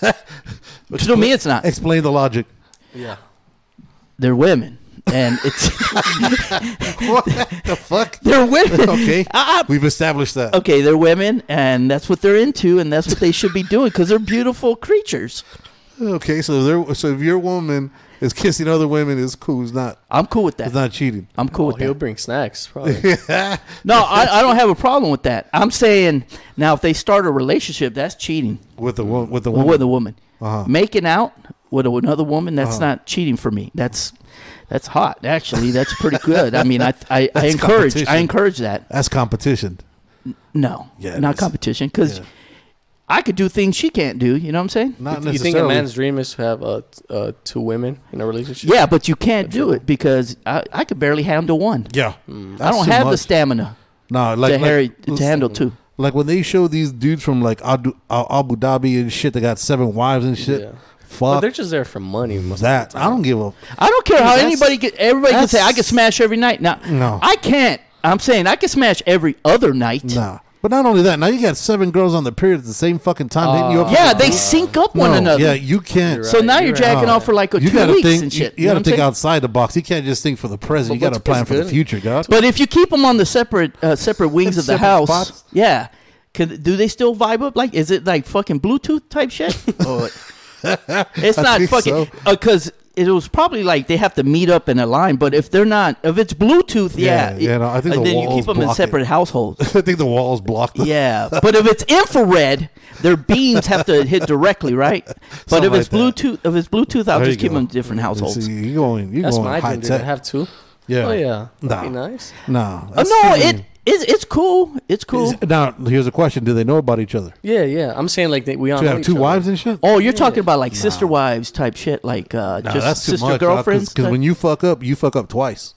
to me, it's not.
explain the
[laughs]
logic [laughs]
Yeah.
They're women, and
[laughs]
it's [laughs]
what the fuck
they're women.
okay
I-
we've established that
I- okay, they're women, and that's what they're into, and that's what they should be doing because they're beautiful creatures.
Okay, so there. So if your woman is kissing other women, it's cool. It's not.
I'm cool with that.
It's not cheating. [laughs]
I'm cool
Oh,
with
he'll
that.
bring snacks, probably.
No, I,
[laughs]
I don't have a problem with that. I'm saying now, if they start a relationship, that's cheating
With the woman. With the woman.
with a woman.
Uh-huh.
Making out with another woman, that's not cheating for me. That's that's hot, actually. That's pretty good. I mean, I I, I
[laughs] That's
encourage I
competition.
encourage that.
That's competition.
No,
Yeah, it
not
is.
competition. Because
Yeah.
I could do things she can't do. You know what I'm saying?
[laughs] Not
you
necessarily.
think a man's dream is to have uh, t- uh, two women in a relationship?
Yeah, but you can't do it because I, I could barely handle one.
yeah.
I
That's
don't
too
have the
much.
stamina
No, like
to,
like,
Harry, to handle two.
like when they show these dudes from like Abu, Abu Dhabi and shit that got seven wives and shit.
Yeah. But
Fuck
they're just there for money. Most
that.
Of the
I
time.
don't give a.
I don't care how
That's-
anybody could. Everybody can say I
that's-
can smash every night. Now,
No.
I can't. I'm saying I can smash every other night.
Nah. But not only that, now you got seven girls on the period at the same fucking time hitting you up.
Uh, Yeah, they sync up one
No,
another.
Yeah, you can't.
so
Right,
now
you're
you're,
right.
jacking
No.
off for like a two
gotta
weeks
think.
and
you-
shit.
You, got
know
to
what
think
I'm saying?
outside the box. You can't just think for the present.
But
you got to
what's-
plan
what's
for the
good?
future, God.
But if you keep them on the separate
[laughs]
uh, separate wings of the
Separate
house,
spots?
yeah. Could, do they still vibe up? Like, is it like fucking Bluetooth
[laughs]
type shit? Or- it's
I
not
think so.
fucking because it was probably like they have to meet up in a line. But if they're not, if it's Bluetooth, yeah,
Yeah, yeah, no, I think
and
the
then you
walls
keep them in
block it.
separate households.
[laughs] [laughs] I think the walls blocked. them.
Yeah, but if it's infrared, their beams have to hit directly, right? But
[laughs] Something
if it's
like that.
Bluetooth, if it's Bluetooth, I'll
There
just
you
keep
go.
them in different households. Uh,
See, you going, you
That's
going
my
high
dream. Dude. I
tech.
have two.
yeah.
Oh yeah.
Nah.
That'd be nice.
No.
Uh, no, it it's, it's cool. It's cool.
Now here's a question: Do they know about each other?
Yeah, yeah. I'm saying like they, we all
Do you
know
have
each
two
other.
wives and shit?
Oh, you're talking about like sister wives type shit, like uh,
No,
just sister girlfriends.
Because
type-
when you fuck up, you fuck up twice.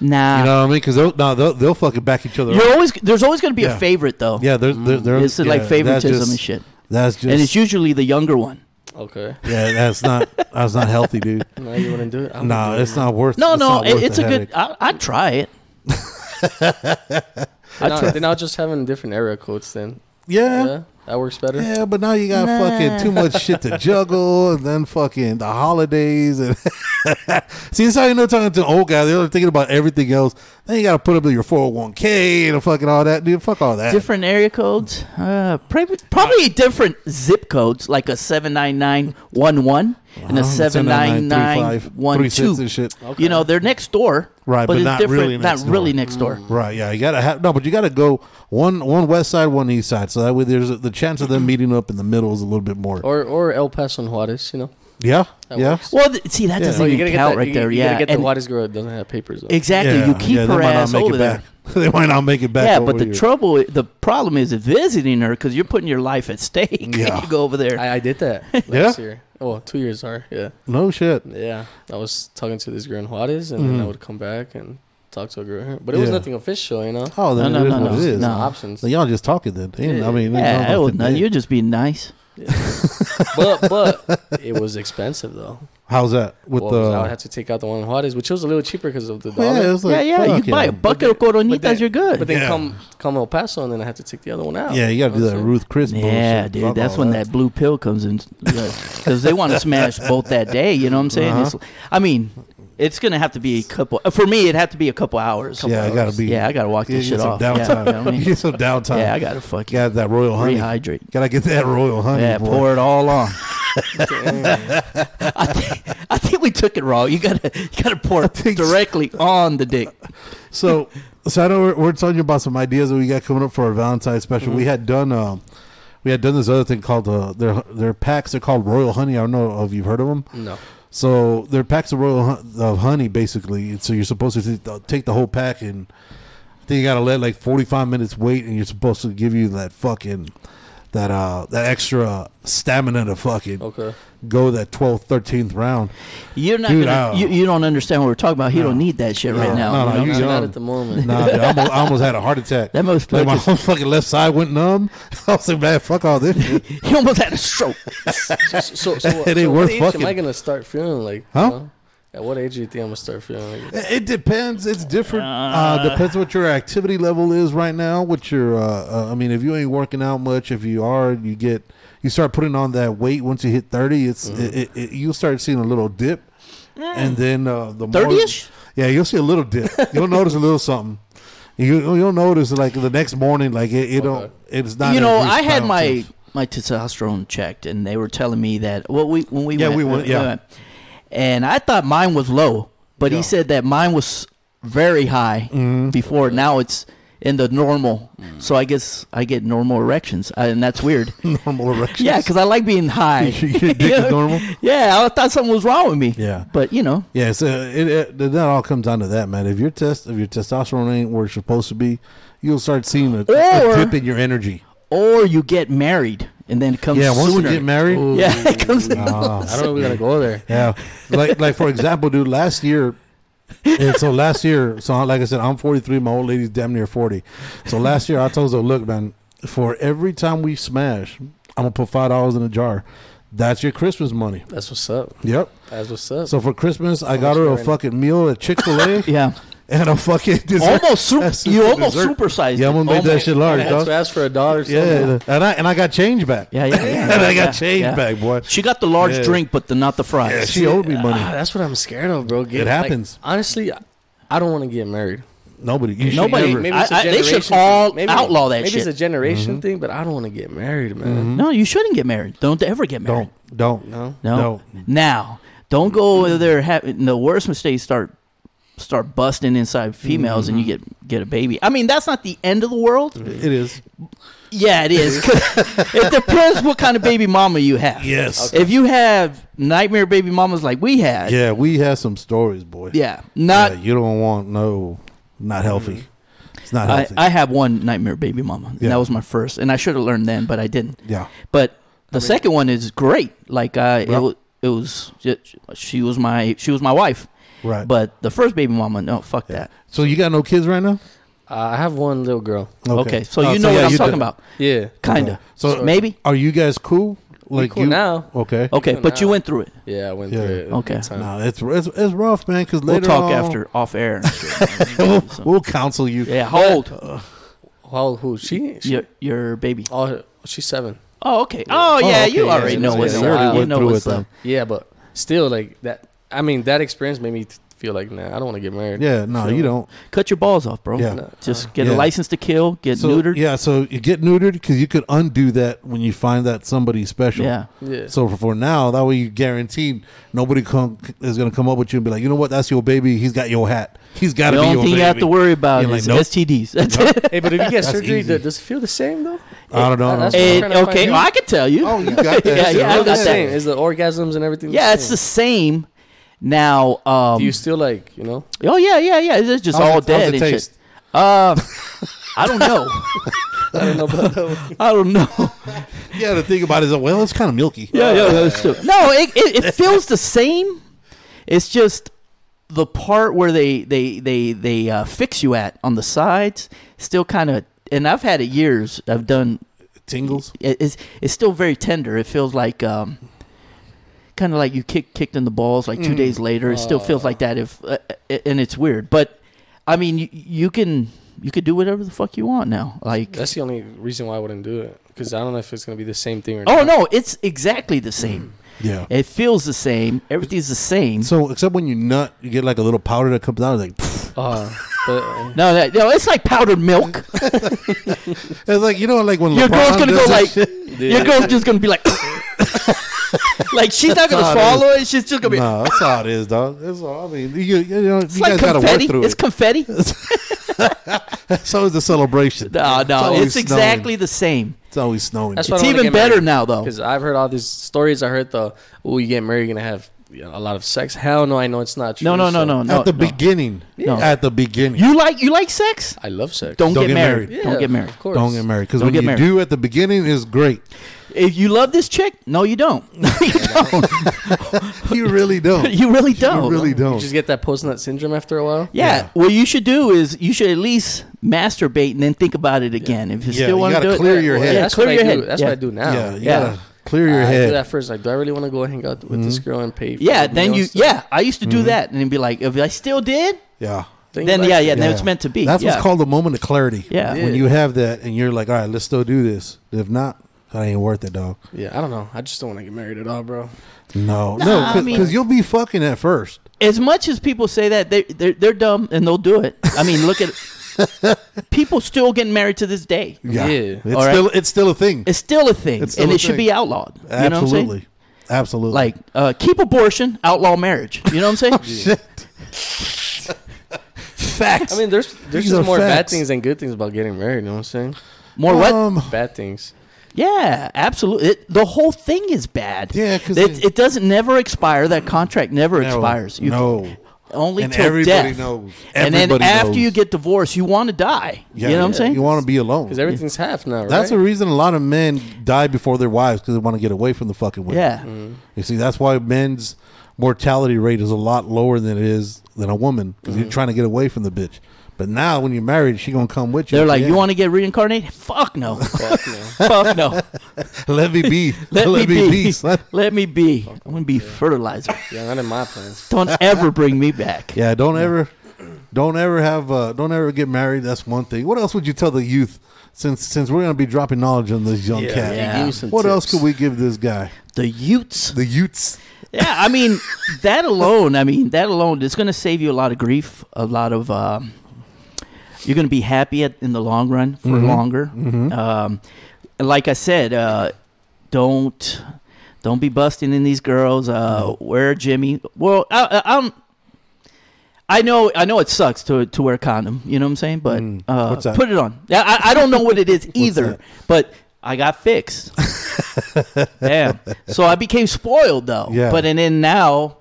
nah,
You
you
know what I mean? Because they'll, no, they'll they'll fucking back each other.
are
up.
always there's always going to be
Yeah.
a favorite though.
Yeah, there's there, there's
it's like
yeah, that's
favoritism
just-
and shit,
That's just
and it's usually the younger one.
Okay.
yeah. That's not that's not healthy,
[laughs]
dude.
No, you wouldn't do it. I wouldn't
No, [laughs]
do it.
it's not worth.
No,
it's
no,
not
it,
worth
it's a
the
good.
headache.
I, I'd try it.
Then I'll, then I'll just have in different area codes then.
Yeah.
Yeah, that works better.
Yeah, but now you got
Nah.
fucking too much shit to juggle, and then fucking the holidays. And [laughs] see, it's how you know talking to old guys. They're thinking about everything else. Then you got to put up with your four hundred one k and fucking all that, dude. Fuck all that.
Different area codes, uh, probably, probably different zip codes, like a seven nine nine one one. and a
Wow, that's in a
seven nine nine
935,
one
36
two.
and shit.
You know, they're next door,
Right, but
it's
not
different.
really
not
next
really
door. Mm.
next door.
Right, yeah, you gotta have no, but you gotta go one one west side, one east side, so that way there's a, the chance of
Mm-hmm.
them meeting up in the middle is a little bit more.
Or or El Paso and Juarez, you know.
yeah,
That
yeah,
works.
Well, th- see, that
Yeah.
doesn't
Oh,
you
even
gotta get
count
that-
right
you-
there.
You
yeah,
gotta get
and-
the Juarez girl that doesn't have papers. Though.
exactly.
Yeah,
you keep
yeah, they
her
might not
ass
make it
over there.
back. [laughs] they might not make it back.
yeah,
over
but the
here.
trouble, i- the problem is visiting her because you're putting your life at stake. [laughs] when
Yeah.
you go over there.
I, I
[laughs]
did that last year. Oh, two years are yeah,
No shit.
yeah. I was talking to this girl in Juarez, and then I would come back and talk to a girl here, but it was
Mm-hmm. Yeah.
nothing official, you know.
Oh, then
No,
it is
no, no,
what
no,
it is.
Some
no.
options.
So y'all just talking then. Ain't- I mean, ain't
yeah,
nothing
I would-
to
no,
do.
you're just being nice.
but but it
[laughs]
was expensive though.
how's that with
Well,
the?
I would have to take out the one in Juarez, which was a little cheaper because of the
Oh,
dollar.
yeah, it's like,
yeah, yeah. You
fuck
buy a bucket of coronitas,
then-
you're good.
But then
Yeah.
come come El Paso, and then I had to take the other one out.
Yeah, you gotta do
know
that
what I'm
Ruth Chris.
Yeah,
bullshit.
dude,
Fuck
that's
all
when that. blue pill comes in because they want to smash both that day. You know what I'm saying?
Uh-huh.
It's, I mean, it's gonna have to be a couple. uh, For me, it had to be a couple hours.
Yeah, I gotta be.
yeah, I gotta walk
you
this
get
shit
some
off. Yeah,
Downtime.
you know what
[laughs]
I mean?
get some downtime.
yeah, I gotta fuck
Got that royal honey.
rehydrate.
Gotta get that royal honey.
Yeah,
boy.
pour it all on. I, think, I think we took it raw. You gotta you gotta pour it
think so.
directly on the dick.
So, [laughs] so I know we're, we're talking about some ideas that we got coming up for our Valentine's special.
Mm-hmm.
We had done, um, we had done this other thing called uh, their their packs. They're called Royal Honey. I don't know if you've heard of them.
saying? No.
So they're packs of royal hun- of honey, basically. So you're supposed to th- take the whole pack, and I think you gotta let like 45 minutes wait, and you're supposed to give you that fucking that uh that extra stamina to fucking
Okay.
go that 12th, 13th round.
You're not.
Dude,
gonna,
I-
you, you don't understand what we're talking about. He don't need that shit right
No,
now.
no,
you
no,
know?
you-
Not,
young.
not at the moment.
Nah, dude, I, almost, I almost had a heart attack.
That most
like my
fuckers-
whole fucking left side went numb. [laughs] I was like, man, fuck all this. shit."
[laughs] He almost had a
[laughs]
stroke.
so, so, so,
It ain't
so
worth
what age
fucking.
am I gonna start feeling like? you
Huh?
know? At what age do you think I'm gonna start feeling
[laughs]
like?
It it depends. It's different. Uh, depends what your activity level is right now. What your, uh, uh, I mean, if you ain't working out much, if you are, you get, you start putting on that weight. Once you hit thirty, it's it, it, it, you'll start seeing a little dip,
Mm.
and then uh, the more-
30-ish?
Yeah, you'll see a little dip. You'll notice a little something. You you'll notice like the next morning, like it, it don't. It's not.
you know,
increased
I had
by
my
itself.
my testosterone checked, and they were telling me that. Well, we when we
Yeah,
went,
we went, yeah.
and I thought mine was low, but he said that mine was very high
Mm-hmm.
before. Now it's in the normal, so I guess I get normal erections, I, and
[laughs]
that's weird.
normal erections.
[laughs] yeah, because I like being high.
[laughs] Your dick is
[laughs] You know?
normal?
Yeah, I thought something was wrong with me.
Yeah.
but you know,
Yeah, so it, it, that all comes down to that, man. If your test, if your testosterone ain't where it's supposed to be, you'll start seeing a, a
Or-
dip in your energy.
or you get married, and then it comes.
Yeah, once
sooner.
you get married,
[laughs] Yeah, it comes.
Oh,
I don't know. if We're gonna go there.
yeah. Like, like for example, dude, last year. And so last year, so like I said, I'm 43. My old lady's damn near 40. So last year, I told her, look, man, for every time we smash, I'm gonna put five dollars in a jar. That's your Christmas money.
That's what's up.
Yep.
That's what's up.
So for Christmas, I got her a fucking meal at Chick Fil A
Oh, [laughs] Yeah.
and a fucking [laughs] dessert.
Almost super.
That's
You
super
almost
dessert.
supersized.
Yeah, I'm gonna
it.
make that shit large,
I had
dog.
to ask for a dollar. or
Yeah,
something.
and I and I got change back.
Yeah, yeah,
[laughs]
yeah.
and I got
Yeah,
change
yeah.
back, boy.
She got the large
Yeah.
drink, but the not the fries.
Yeah, she owed me money.
Ah, that's what I'm scared of, bro. Get-
It happens.
Like, honestly, I- I don't want to get married.
Nobody, you should
Nobody-
never-
I- I- they should
generation
all
thing.
outlaw that
maybe it's
shit.
a generation
Mm-hmm.
thing, but I don't want to get married, man.
no, you shouldn't get married. Don't ever get married.
don't, don't,
No.
No.
don't.
Now, don't go over there having the worst mistakes start start busting inside females
Mm-hmm.
and you get get a baby. I mean, that's not the end of the world.
It is.
Yeah, it is. [laughs] it depends what kind of baby mama you have.
Yes.
If you have nightmare baby mamas like we had, yeah,
Yeah, we have some stories, boy.
not Mm-hmm.
Yeah, you don't want no, not healthy. It's not
I,
healthy.
I have one nightmare baby mama. And
Yeah.
that was my first, and I should have learned then, but I didn't.
yeah,
But the second one is great. Like uh,
Yeah.
it was, it was just, she was my she was my wife.
right.
But the first baby mama, no, fuck that.
so you got no kids right now?
Uh, I have one little girl.
Okay, so
Oh,
you know
yeah,
what I'm
you
talking
did.
about,
Yeah,
kinda.
So-
So maybe
Are you guys cool? Like
cool
you
now.
Okay.
okay,
know
but you
now.
went through it.
yeah, I went
Yeah.
through it.
Okay.
big time.
No, it's, it's it's rough, man. Because
We'll
later
talk
on-
after
[laughs]
off air.
we'll, we'll counsel you.
yeah, hold
How old? Who? She? she
your your baby.
oh, she's seven.
Oh, okay. Oh yeah,
okay,
you
yeah,
already
so
know
that's
what's
what
up.
you already
You
went
know
through
what's
with
up.
them.
Yeah, but still, like that. I mean, that experience made me feel like, nah, I don't want to get married.
Yeah, no, you don't.
Cut your balls off, bro.
Yeah.
Just get
Yeah.
a license to kill, get
So,
neutered.
Yeah, so you get neutered because you could undo that when you find that somebody special.
Yeah.
Yeah.
So for, for now, that way you guaranteed nobody come is gonna come up with you and be like, you know what, that's your baby. He's got your hat. He's got to
The
be
only
your
thing
baby.
you have to worry about
You're like,
is
nope.
STDs. That's it.
hey,
[laughs]
but if you get surgery,
easy.
th- does it feel the same though?
I don't know. I don't
That's
know.
what I'm
And-
trying to find
okay,
out.
well, I could tell you.
Oh, you
[laughs]
got that.
Yeah,
shit.
yeah, I
It's
Okay.
the
got that.
same. Is the orgasms and everything?
yeah, it's the same. Now, um,
Do you still like, you know?
[laughs] oh yeah, yeah, yeah. It's just
How's
all
it- how's
dead
it
and shit.
taste?
Um, I
[laughs]
don't know.
I don't know about
[laughs]
that. one.
I don't know.
Yeah, the thing about it is, well, it's kind of milky.
yeah, yeah, that's true. No, it, it, it feels the same. It's just the part where they they they they uh, fix you at on the sides still kind of. And I've had it years. I've done.
Tingles.
It, it's it's still very tender. It feels like um, kind of like you kick kicked in the balls. Like two days later, it still feels like that. If uh, uh, and it's weird, but I mean, you, you can you could do whatever the fuck you want now. Like
That's the only reason why I wouldn't do it because I don't know if it's gonna be the same thing or
oh
not.
no, it's exactly the same.
Yeah.
It feels the same. Everything's the same.
So except when you nut, you get like a little powder that comes out. It's like pfft.
Uh,
[laughs]
but, uh,
No, that, no, it's like
[laughs]
powdered milk.
it's like you know, like when
Your
LeBron
girl's gonna go
does that
like,
shit.
[laughs] your girl's just gonna be
[laughs]
like, like she's not gonna
That's how it
swallow it. She's just gonna be.
No, that's how it is, dog. That's all. I mean, you, you know,
It's
you guys
like
got to work
confetti.
through
It's
it. [laughs]
confetti.
so is the celebration.
No, no,
always
it's
snowing.
exactly the same.
It's always snowing.
That's
It's
why I don't wanna
even
get married.
better now, though.
Because I've heard all these stories. I heard the, oh, you get married, you're gonna have you know, a lot of sex. Hell no, I know it's not true.
No, no, no,
so-
no, no.
at the
no.
beginning.
No.
At the beginning.
You like you like sex?
I love sex.
Don't, get,
get
married.
married.
Don't get married.
Of course.
don't get married because
Don't
when
get
you
married.
do at the beginning is
[laughs]
great.
If you love this chick, no, you don't. [laughs] you don't. [laughs]
You really don't.
You really don't.
You really
You
don't.
just get that post nut syndrome after a while.
Yeah.
Yeah.
What you should do is you should at least masturbate and then think about it again. If
Yeah,
you still
you
want to
gotta
do it,
clear your
Well,
head.
Yeah,
that's
clear
what
your
I
head.
do. That's
yeah.
what I do now.
yeah, you
Yeah.
gotta clear your
I do
head. Mm-hmm.
that first. Like, do I really want to go hang out with this girl and pay? For
Yeah,
the
then
meal
you.
and stuff?
Yeah, I used to do that, and then be like, if I still did,
Yeah.
Think
then
about
yeah,
it.
yeah, then it's meant to be.
That's
yeah.
what's called the moment of clarity.
Yeah.
When
Yeah.
you have that and you're like, all right, let's still do this. If not, that ain't worth it, dog.
Yeah, I don't know. I just don't want to get married at all, bro.
No,
Nah,
no,
I
because
mean-
you'll be fucking at first.
As much as people say that they they're, they're dumb and they'll do it. I mean, look at
[laughs]
people still getting married to this day.
Yeah,
Yeah.
it's
All right.
still it's still a thing.
It's still a thing,
It's still
and
a
it should
thing.
be outlawed. You know what I'm saying?
Absolutely, absolutely. [laughs]
Like uh, keep abortion, outlaw marriage. You know what
Oh,
I'm saying?
shit.
Facts.
I mean, there's there's
These
just
are
more bad
facts.
things than good things about getting married. You know what
[sighs]
I'm saying?
more what?
Um,
Bad things.
Yeah, absolutely. It, the whole thing is bad.
Yeah, 'cause
it,
it-
it doesn't never expire. That contract never
no,
expires. You
no.
only
And
till
everybody
death.
knows.
and then
Everybody
after
knows.
you get divorced, you want to die.
Yeah.
You know what I'm saying?
You want to be alone.
Because everything's half now, right?
That's the reason a lot of men die before their wives because they want to get away from the fucking women.
yeah.
You see, that's why men's mortality rate is a lot lower than it is than a woman because
Mm-hmm.
you're trying to get away from the bitch. But now, when you're married, she gonna come with you.
They're like,
Yeah.
you want to get reincarnated? Fuck no.
Fuck no.
[laughs] Fuck no.
[laughs] Let me be.
[laughs] Let, me be. [laughs]
son.
Let me be. I'm gonna be fertilizer.
Yeah, not in my plans.
Don't ever bring me
[laughs]
back.
Yeah, don't ever, don't ever have, uh, don't ever get married. That's one thing. What else would you tell the youth? Since since we're gonna be dropping knowledge on this young cat,
yeah.
give me some
what else
tips.
could we give this guy?
The Utes.
The youths.
Yeah, I mean that alone. I mean that alone is going to save you a lot of grief, a lot of. Um, you're going to be happy at, in the long run for
Mm-hmm.
longer. Um, and like I said, uh, don't don't be busting in these girls. Uh,
Mm-hmm.
Wear Jimmy. Well, I, I, I'm. I know, I know it sucks to to wear a condom. You know what I'm saying? But uh,
Mm. What's that?
put it on. Yeah, I, I don't know what
[laughs]
it is either,
that?
but I got fixed. Damn. So I became spoiled though.
Yeah.
But and then now,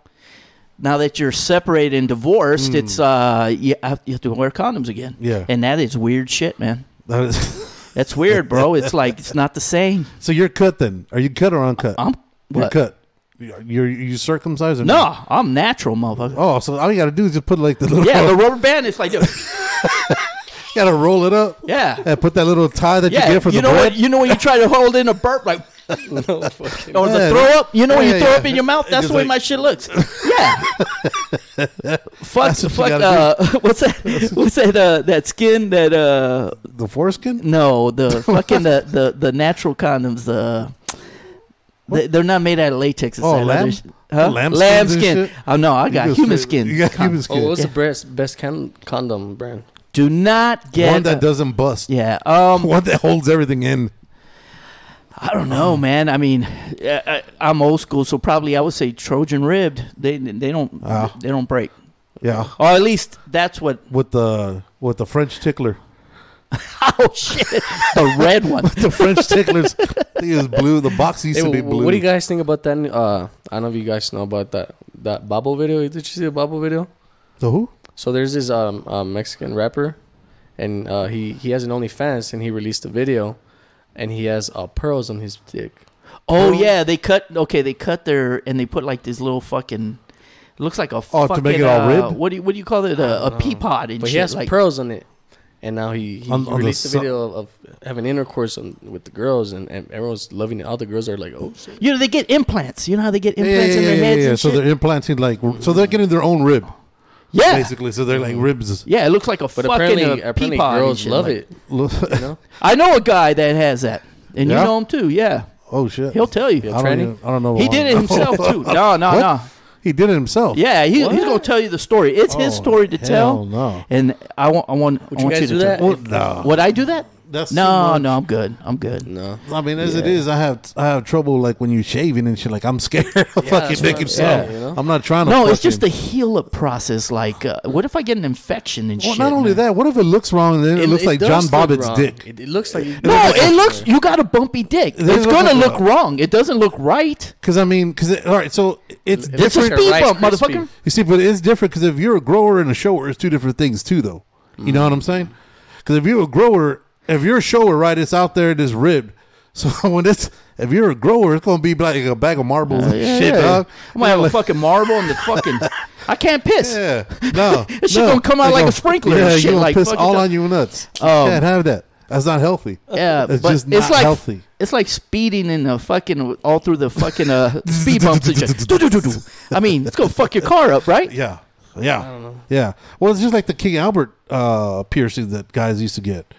now that you're separated and divorced, it's uh you have, you have to wear condoms again.
Hmm. Yeah.
And that is weird shit, man.
That is,
That's weird, bro.
[laughs]
it's like it's not the same.
[laughs] so you're cut then? Are you cut or uncut?
I'm
You're
what?
cut. You're you circumcised or not?
No, I'm natural, motherfucker.
Oh, so all you gotta do is just put like the little. [laughs]
Yeah, the rubber band is like, dude,
you gotta roll it up.
yeah,
And put that little tie that
yeah.
you get from
you
the
know
bread.
what? You know when you try to hold in a burp, like
[laughs]
[laughs]
No fucking.
or
Yeah.
the throw up. You know when
Yeah,
you throw
yeah.
up in your mouth.
It's
That's
just
the way
like-
my
[laughs]
shit looks. Yeah. fuck.
That's what you
fuck.
gotta
Uh, [laughs] what's that? What's that? Uh, that skin. That uh.
the foreskin. [laughs]
No, the fucking the, the the natural condoms. Uh, they, they're not made out of latex. It's
Oh,
that other
lamb?
sh- Huh?
Lamb
Lamb
skins and
skin.
shit?
Oh no, I got
You
human
say-
skin.
You got human
Oh,
skin.
what was
Yeah.
the best best con- condom brand?
[laughs] Do not get
One that doesn't bust.
Yeah. Um.
[laughs] One that holds everything in.
I don't know, man. I mean, I, I, I'm old school, so probably I would say Trojan ribbed. They they don't
Ah.
they don't break,
Yeah.
or at least that's
[laughs]
what.
With the with the French tickler. [laughs]
Oh shit! [laughs] the red one.
The French ticklers. [laughs] They is blue. The box used
Hey,
to be
wh-
blue.
What do you guys think about that? Uh, I don't know if you guys know about that that bubble video. Did you see the bubble video?
the who?
So there's this um, uh, Mexican rapper, and uh, he he has an OnlyFans, and he released a video, and he has uh, pearls on his dick.
Oh
Pearl-
yeah, they cut. Okay, they cut their and they put like this little fucking. Looks like a
Oh,
fucking,
to make it all
uh,
ribbed?
What do you what do you call it? A, a pea pod and
But he
shit.
has
like,
pearls on it, and now he, he,
On-
he
on the
released a
so-
video of, of having intercourse on, with the girls, and, and everyone's loving it. All the girls are like, "Oh shit!"
you know they get implants. You know how they get
Yeah,
implants in their heads and
So
shit.
they're implanting like so they're getting their own rib
yeah,
basically. So they're like ribs.
yeah. It looks like a
But
fucking
apparently,
uh,
apparently
pea pod. and
girls
shit,
love
like-
it.
Look-
You know,
I know a guy that has that, and
Yeah?
you know him too. Yeah,
[laughs] oh shit.
he'll tell you.
Yeah,
I don't,
Tranny?
even- I don't know.
He did it himself
[laughs]
too. No, no,
What?
no.
He did it himself.
Yeah, he,
What?
he's gonna tell you the story. It's his
Oh,
story to
hell
tell.
no.
And I want, I want,
Would
I
you
want
guys
you to
do that?
tell.
Well, no.
Would I do that?
That's too
no,
much.
no. I'm good. I'm good.
no.
I mean, as it
Yeah.
is, I have I have trouble like when you shaving and shit. Like I'm scared [laughs] of
that's
fucking
what I'm
making
saying,
sound.
you know?
I'm not trying to.
No, it's just the
fucking-
heal up process. Like, uh, what if I get an infection and
Well,
shit?
not only
man?
that. What if it looks wrong? and Then it, looks like
does
John
look
Bobbitt's
wrong.
dick.
It, it looks like you-
No, it looks. You got a bumpy dick.
It
It's
look
gonna
like-
look wrong. It doesn't look right.
Because I mean, because all right, so it's
It looks
It's a
like
different.
a
speed
Rice
bump,
Krispie.
motherfucker.
You see, but it's different because if you're a grower and a shower, it's two different things too, though. You know what I'm saying?
Mm-hmm.
Because if you're a grower, if you're a shower, right, it's out there, it's ribbed. [laughs] So when it's if you're a grower, it's gonna be like a bag of marbles and
Uh,
[laughs]
Yeah,
shit,
yeah. [laughs]
dog.
I'm gonna have a fucking marble and the fucking. I can't piss.
Yeah, no,
This shit
no.
gonna come out
They
like a sprinkler and
Yeah,
shit,
you gonna
like
piss
fucking
all
dog.
on your nuts.
Um,
Can't have that. That's not healthy.
Yeah,
It's
but
just
it's
not
like
healthy.
it's like speeding in the fucking all through the
[laughs]
fucking uh, speed bumps. and shit. Do-do-do-do. I mean, it's gonna fuck your car up, right?
Yeah, yeah, yeah. Well, it's just like the King Albert uh, piercing that guys used to get.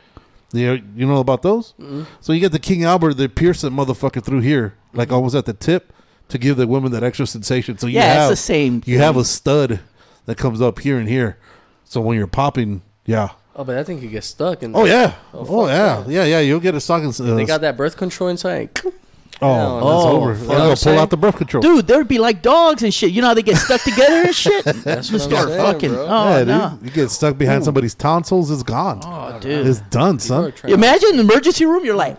You know, you know about those?
Mm-hmm.
So you get the King Albert, they pierce that motherfucker through here, like almost at the tip, to give the women that extra sensation. So you
Yeah, it's
have,
the same
You have a stud that comes up here and here. So when you're popping, yeah.
Oh, but I think you get stuck. And
Oh yeah. Oh,
fuck
yeah. Yeah yeah. You'll get a sock. And, uh,
they got that birth
[laughs]
control inside.
Oh,
Yeah,
that's
that's
over.
what
They'll
I'm
pull
saying.
out the birth control.
Dude, there'd be like dogs and shit. You know how they get stuck together
[laughs]
and shit? That's
what I'm
start
saying,
fucking.
bro.
Oh,
yeah, dude.
no.
You get stuck behind somebody's tonsils, it's gone.
Oh, dude.
it's done, son.
Imagine an emergency room. You're like,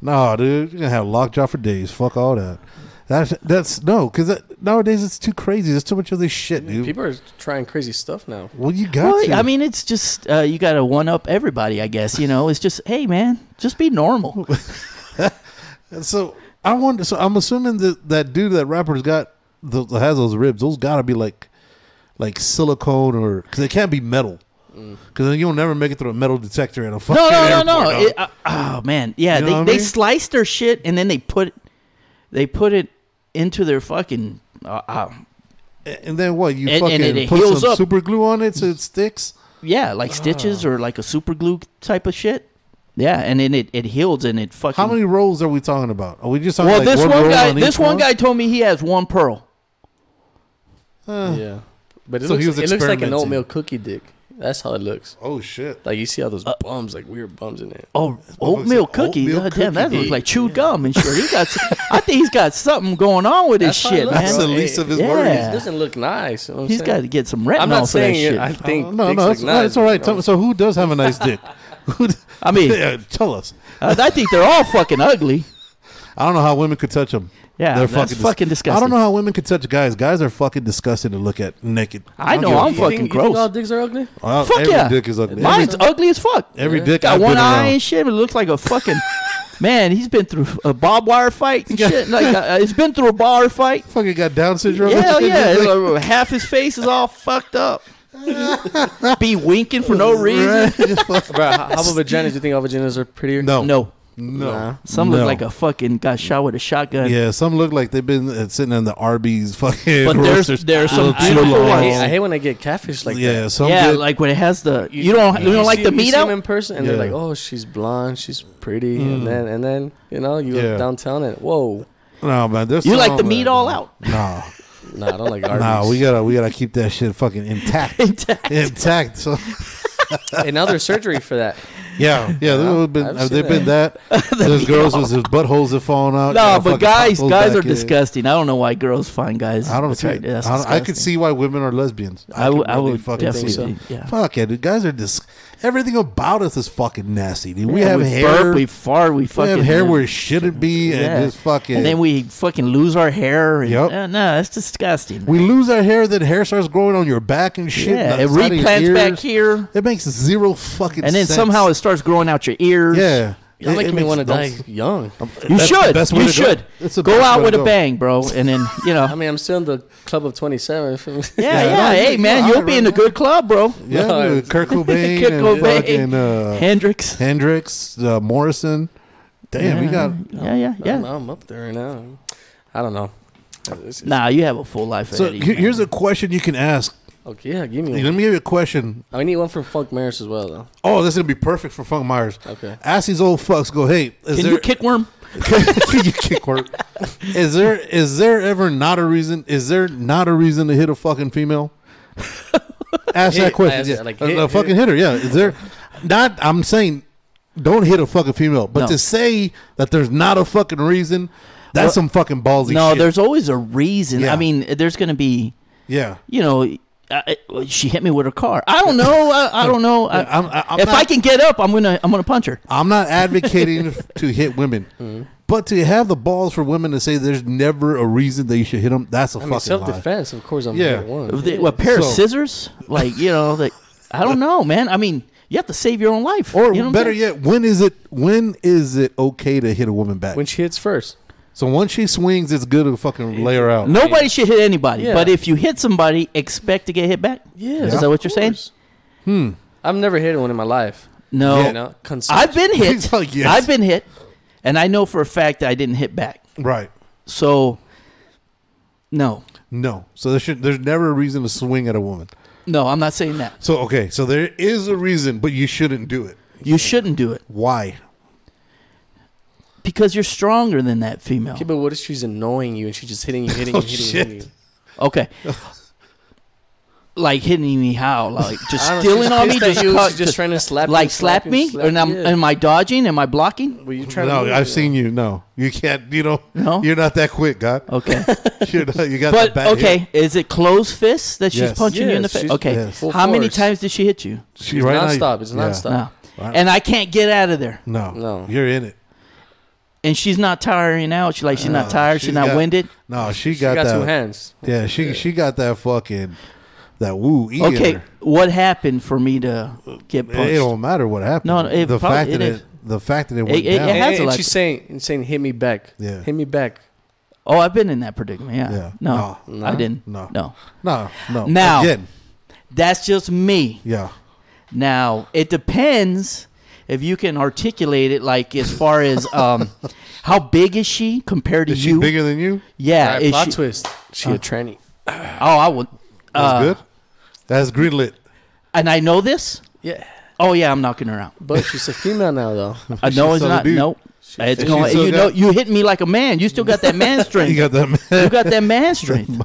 no, dude, you're gonna have lockjaw for days. Fuck all that. That's that's no, because nowadays it's too crazy. There's too much of this shit, dude.
People are trying crazy stuff now.
well, you got
well,
to.
I mean, it's just uh, you got to one up everybody, I guess. You know, it's just, hey, man, just
[laughs]
be normal.
And so I wonder. So I'm assuming that that dude, that rapper's got the, that has those ribs. Those gotta be like like silicone or because they can't be metal. Because then you'll never make it through a metal detector at a fucking
Mm. No, no, no,
airport,
no.
dog.
It, uh, oh man, yeah.
You know
they
what I
they
mean?
sliced their shit and then they put they put it into their fucking. Uh, uh,
and then what? You
And- and
fucking
it
put
heals
some
up.
super glue on it so it sticks.
yeah, like stitches
Oh.
or like a super glue type of shit. Yeah, and then it, it heals and it fucking.
How many rolls are we talking about? Are we just talking
Well,
like
this one,
roll
guy,
on
this
each
one guy told me he has one pearl.
Uh,
Yeah, but it,
So he
looks,
was
it looks like an
experimenting.
oatmeal cookie dick. That's how it looks.
Oh shit!
Like you see all
Uh,
those bums, like weird bums in it.
Oh,
motherfucker's
oatmeal
an
cookie.
oatmeal
God damn, that
cookie.
looks like chewed gum and shit. He got. s- I think he's got something going on with his
That's how it
shit,
looks,
That's
bro.
man.
the least of his
Yeah.
worries.
It doesn't look nice. You know what I'm
He's got to
saying?
get some retinol
I'm not
for that
saying
shit.
it. I think.
no,
dicks
no,
look
it's, no, it's all right.
you
Tell
know?
me, so who does have a nice
[laughs]
dick? Who d-
I
[laughs]
mean-
Yeah, tell us.
Uh, I think they're all fucking ugly.
I don't know how women could touch them.
Yeah,
They're
that's
dis-
fucking
I don't
disgusting.
know how women could touch guys. Guys are fucking disgusting to look at naked.
I
don't
know,
give a
I'm
fuck.
You
fucking
think, You
gross.
think all dicks are ugly?
Oh,
Fuck
every
yeah.
dick is ugly.
Mine's ugly as fuck.
Every dick
Got
I've
one
been
eye
around.
and shit. But it looks like a fucking man. He's been through a barbed wire fight and shit. Like uh, he's been through a bar fight.
fucking got Down syndrome.
Hell yeah! Uh, Half his face is all fucked up. Be winking for no
[laughs]
reason. [laughs]
Bro, how, how about vaginas? Do you think all vaginas are prettier?
no,
No,
no.
Nah.
some
No.
look like a fucking got shot with a shotgun.
Yeah, some look like they've been uh, sitting in the Arby's fucking.
But there's
roasters.
there's some
I,
beautiful
I hate,
ones.
I hate when I get catfish like
yeah,
that.
some
yeah,
good-
like when it has the you, don't you, don't like
see-
the
you
meat
see 'em
out.
in person, and
Yeah. Mm.
they're like, "Oh, she's blonde, she's pretty," and then and then you know you
Yeah.
go downtown and whoa,
No, man. There's
You
some
like the
of
meat
that,
all
man. [laughs]
out. [laughs]
No,
Nah, I
[laughs]
don't like Arby's.
no,
[laughs]
we gotta we gotta keep that shit fucking intact,
[laughs]
[laughs]
Intact.
intact. So
and now there's surgery for that.
yeah, yeah. there have been,
I've
have
seen
there been
[laughs]
that? There's girls with their buttholes that falling out. you
No,
gotta
but
fucking pop
guys,
those
guys
back
are
in.
disgusting. I don't know why girls find guys.
I don't see.
attractive. That's
I, don't- I could
disgusting.
see why women are lesbians.
I would-
could
I
really
would
fucking see
definitely
that.
see, yeah.
Fuck yeah, dude. Guys are dis. Everything about us is fucking nasty. Dude. we have
we
hair.
burp, we fart, we
we
fucking uh,
have hair where it shouldn't be, and just fucking.
And then we fucking lose our hair. And,
Yep.
uh, no, that's disgusting.
we lose our hair. Then hair starts growing on your back and shit.
yeah,
and
it
outside of your
replants back
ears.
here,
It makes zero fucking.
and then
sense.
somehow it starts growing out your ears.
yeah,
You're
It- it
making me
makes
want to
no
die
sense.
young.
You
That's the
should.
best way
you
to go.
should
That's the
go
best
out
way
with
to
a
go.
bang, bro, and then you
[laughs]
know.
I mean, I'm still in the club of [laughs] 27.
yeah,
Yeah,
yeah.
no,
hey,
you-
man,
you're
you'll
right,
be in a
right.
good club, bro. [laughs]
Yeah,
No,
dude, Kurt Cobain,
Kurt
and
Cobain.
fucking, uh,
Hendrix.
Hendrix, uh, Morrison. Damn, we got.
Yeah, yeah,
I'm,
yeah.
I'm up there now. I don't know. It's- it's-
Nah, you have a full life.
So
ahead of you,
here-
man.
here's a question you can ask.
Okay, yeah, give me
Let
one.
me give you a question.
I need one for Funk Maris as well, though.
Oh, this is gonna be perfect for Funk Myers.
Okay.
Ask these old fucks. Go, hey, is
Can
there
you kick worm?
can [laughs] you kick work? Is there is there ever not a reason? Is there not a reason to hit a fucking female? [laughs] Ask
Hit,
that question.
ask,
yeah.
like,
a,
hit,
a
hit.
fucking hitter. Yeah. Is there not? I'm saying don't hit a fucking female, but
No.
to say that there's not a fucking reason, that's
Well,
some fucking ballsy.
No,
shit.
there's always a reason.
Yeah.
I mean, there's going to be,
yeah.
you know, I, I- she hit me with her car. I don't know. I, I don't know. I,
I'm- I- I'm
if I
not-
can get up, I'm gonna I'm gonna punch her.
I'm not advocating [laughs] to hit women.
Mm-hmm.
But to have the balls for women to say there's never a reason that you should hit them, that's a
I mean,
fucking
self
lie.
defense, of course, I'm
Yeah.
yeah. one.
If they- a pair of
So-
scissors, like you know, like
[laughs]
I don't know, man. I mean, you have to save your own life,
Or
you know what I'm
better
saying?
yet, when is it when is it okay to hit a woman back?
When she hits first.
so once she swings, it's good to fucking lay her out.
Nobody should hit anybody,
Yeah.
but if you hit somebody, expect to get hit back.
Yeah.
Is that what you're saying?
Hmm. I've never hit one in my life.
No,
You know, consent.
Oh, I've been
[laughs]
hit.
He's like, yes.
I've been hit, and I know for a fact that I didn't hit back.
Right.
So, no,
No. So there should, there's never a reason to swing at a woman.
no, I'm not saying that.
So okay, so there is a reason, but you shouldn't do it.
You shouldn't do it
Why?
because you're stronger than that female.
Okay, but what if she's annoying you and she's just hitting you, hitting you,
Oh,
hitting
shit.
you, hitting you?
Okay. [laughs] like hitting me how?
[laughs]
Like just
I don't know,
stealing
she's
on me?
pissed at
Just,
you,
cut-
she's just trying to slap you,
like slap
slap you,
me?
slap-
and I'm,
yeah.
am I dodging? Am I blocking?
Were you trying
No,
to?
I've seen you. No, you can't. You know,
No?
you're not that quick, God.
[laughs]
Okay.
[laughs] You're not, you got the
but
bad hit.
okay, is it closed fists that she's
Yes.
punching you in the
Yes,
face?
she's-
Okay.
yes.
Full
How many
force.
times did she hit you?
She
It's
right now-
nonstop, it's nonstop.
No.
Uh, Wow.
And I can't get out of there.
No, no,
No.
you're in it.
And she's not tiring out. She like she's not tired.
Uh,
She's,
she's
not
got-
winded.
No, she
You
got,
got
that.
two hands.
Yeah, she she got that fucking that woo. E in
Okay,
her.
what happened for me to get punched?
It don't matter what happened.
No, no, it
the
probably-
fact
it
that
is.
it, the fact that it went
It- it-
down.
it
And,
has a
and
lot-
she's saying, and saying, hit me back.
Yeah.
Hit me back.
oh, I've been in that predicament. Yeah.
Yeah.
No,
No.
I didn't.
No.
No.
No, no.
Now-
again,
That's just me.
yeah.
Now it depends if you can articulate it, like as far
[laughs]
as um, how big is she compared to
Is she
you?
bigger than you?
Yeah,
Alright,
is
plot
she-
twist. She a tranny.
Oh, I would.
That's
uh,
good. That's greenlit.
And I know this.
Yeah.
Oh yeah, I'm knocking her out.
But she's a female now,
[laughs]
though.
I know
She's
it's
still a
not.
dude.
Nope. It's
she's
going.
still
You know,
got-
you hit me like a man. You still got that
[laughs]
man strength.
You got that.
You
Man,
got
[laughs]
that man strength.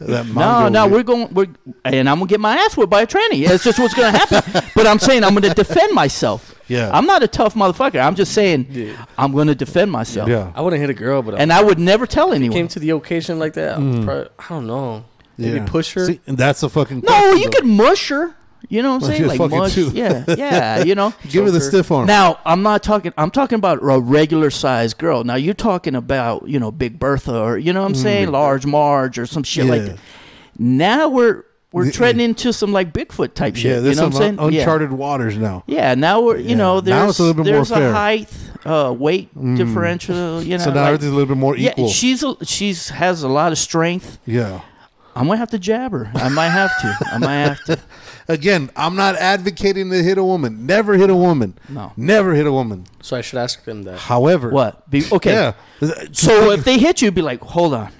that
No,
Mongo
no,
weird-
we're going. We're and I'm gonna get my ass whipped by a tranny. That's just what's
[laughs]
gonna happen. but I'm saying I'm gonna defend myself.
Yeah.
I'm not a tough motherfucker. I'm just saying I'm gonna defend
[laughs]
myself.
Yeah,
I wouldn't hit a girl, but
And I would never tell
I came
anyone.
to the occasion like that. I would probably- I don't know. Maybe
Hmm. yeah.
push her.
See, and that's a fucking.
No,
question,
you
though.
could mush her. You know what I'm
Well,
saying?
yeah,
Like
fucking
mush.
too.
Yeah, yeah. You know.
[laughs] give her the
choke her.
stiff arm.
Now I'm not talking. I'm talking about a regular size girl. Now you're talking about you know Big Bertha or you know what I'm saying Large Marge or some shit like
Mm. Yeah.
that. Now we're we're
Th-
treading into some like Bigfoot type
yeah,
shit.
there's
you know what I'm
some
saying?
un-
Yeah.
uncharted waters now.
Yeah, now we're you
Yeah.
know
Now
there's
it's a little bit more
there's
fair. Mm.
a height uh, weight differential. You know,
So now
like-
everything's a little bit more
yeah,
equal.
she's a, she's has a lot of strength.
Yeah.
I might have to jab her. I might have to. I might
[laughs]
have to.
Again, I'm not advocating to hit a woman. Never hit a woman.
No.
Never hit a woman.
So I should ask them that.
However,
What? Be, okay.
Yeah.
So if they hit you, be like, hold on,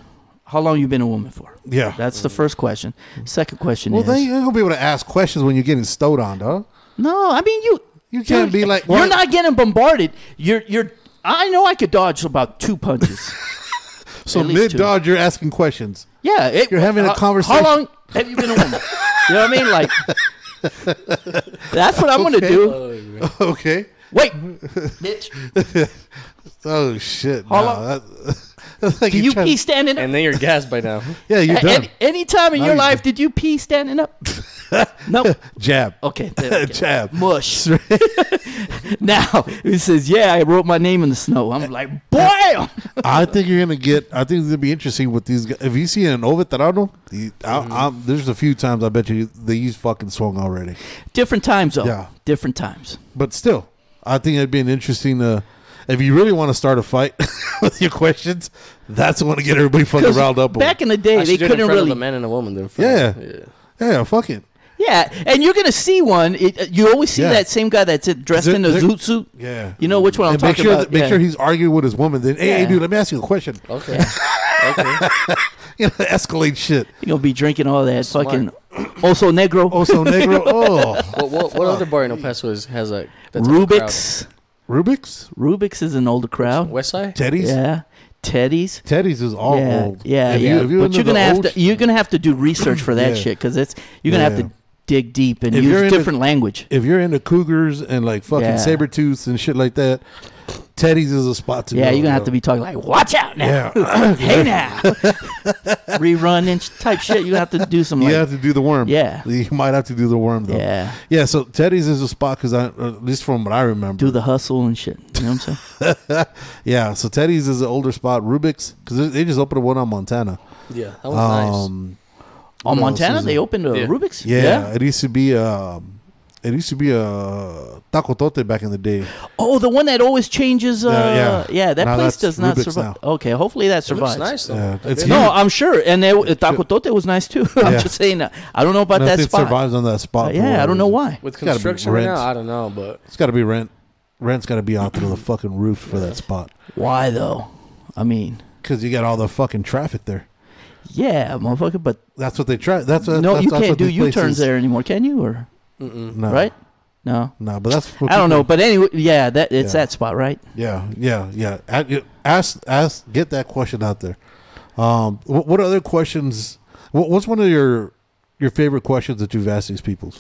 how long you been a woman for?
Yeah.
That's the first question. Second question
well,
is
they ain't gonna be able to ask questions when you're getting stowed on, dog.
no. I mean you
You can't
dude,
be like,
you're
well- [laughs]
not getting bombarded. You're you're. I know I could dodge about two punches.
So
At least
mid
two.
dodge, you're asking
[laughs]
questions.
Yeah, it-
You're having a
how-
conversation.
How long have you been a woman? you know what I
[laughs]
mean? Like, that's what I'm gonna do.
okay.
Wait, [laughs] bitch,
Oh shit!
How
no,
long-
that- that's [laughs] like
do
you
you
trying-
pee standing up?
and then you're gassed
[laughs]
by now.
Yeah, you're
At
done.
any, any time in
Now
your
you're
life did you pee standing up?
[laughs]
nope.
Jab. [laughs]
Okay. there we go.
Jab.
Mush. [laughs] now he says, "Yeah, I wrote my name in the snow." I'm like,
[laughs]
"Bam!"
I think you're gonna get. I think it's gonna be interesting with these. guys. If you see an Oveterano, you- I,
Mm-hmm.
I'm, there's a few times I bet you they he's fucking swung already.
Different times though.
Yeah.
Different times.
But still, I think it'd be an interesting. Uh, if you really want to start a fight [laughs] with your questions, that's the one to get everybody fucking
'Cause
riled up.
back
over.
in the day,
I should
they
do it in
couldn't
front
really.
of a man and a woman. Then
Yeah.
yeah.
yeah, fuck it.
Yeah, and you're gonna see one. It, uh, you always see
Yeah.
that same guy that's dressed
They're-
in a
they're-
zoot suit.
Yeah,
You know which one I'm
and make
talking
sure
about.
that, make
yeah.
sure he's arguing with his woman. Then, hey,
Yeah.
dude, let me ask you a question. [laughs]
Okay. okay.
You know, escalate shit.
You're gonna be drinking all that fucking oso negro,
Oso
[laughs]
negro. Oh,
What, what, what other bar in El Paso is, has a that's a crowd?
Rubik's.
Rubik's,
Rubik's is an older crowd.
West Side?
Teddy's.
Yeah, Teddy's.
Teddy's is all
yeah,
old.
Yeah,
If Oh. you-
yeah.
if
but
into
you're gonna
the
have
old
to
sh-
you're gonna have to do research for that
Yeah.
shit because it's you're gonna
Yeah.
have to dig deep and
If you're
use
into-
different language.
if you're into cougars and like fucking
Yeah.
saber tooths and shit like that, Teddy's is a spot to
yeah,
go,
you're gonna have
bro.
to be talking [laughs] like, "Watch out now,
Yeah, [laughs]
hey now," rerun and sh- type shit. You have to do some
you
like,
have to do the worm.
Yeah.
you might have to do the worm though.
yeah,
Yeah, so Teddy's is a spot because I, or at least from what I remember,
do the hustle and shit. You know what I'm
[laughs]
saying?
yeah. So Teddy's is an older spot. Rubik's because they just opened one on Montana.
Yeah, that was nice.
Um, What
On
else
Montana,
is
they
it?
opened a
Yeah.
Rubik's.
yeah, it used to be um, it used to be a taco tote back in the day.
Oh, the one that always changes. Uh,
Yeah,
yeah,
yeah.
That
Now that's
place does not
Rubik's
survive.
now.
Okay, hopefully that
It looks
survives.
nice though.
Yeah, Uh, it's
Okay.
huge.
No, I'm sure, and they, Taco Tote was nice too. [laughs] I'm
Yeah.
just saying. that. I don't know about that
Nothing
spot.
survives on that spot.
Uh,
for
yeah, I
whatever
don't know
reason.
why.
With
gotta be
construction right
rent.
now, I don't know, but
It's got to be rent. Rent's got to be out through the fucking roof for that spot
Why though? I mean,
because you got all the fucking traffic there.
yeah, motherfucker, but
That's what they try. That's what.
no,
that's,
you
that's
can't
what
do
these
U turns
places-
there anymore, can you? Or
mm-mm.
No,
right? No,
No, but that's. What
I don't know,
people-
but anyway, yeah, that it's
Yeah.
that spot, right?
yeah, yeah, yeah. A- Ask, ask, get that question out there. Um, what, what other questions? What, what's one of your your favorite questions that you've asked these people?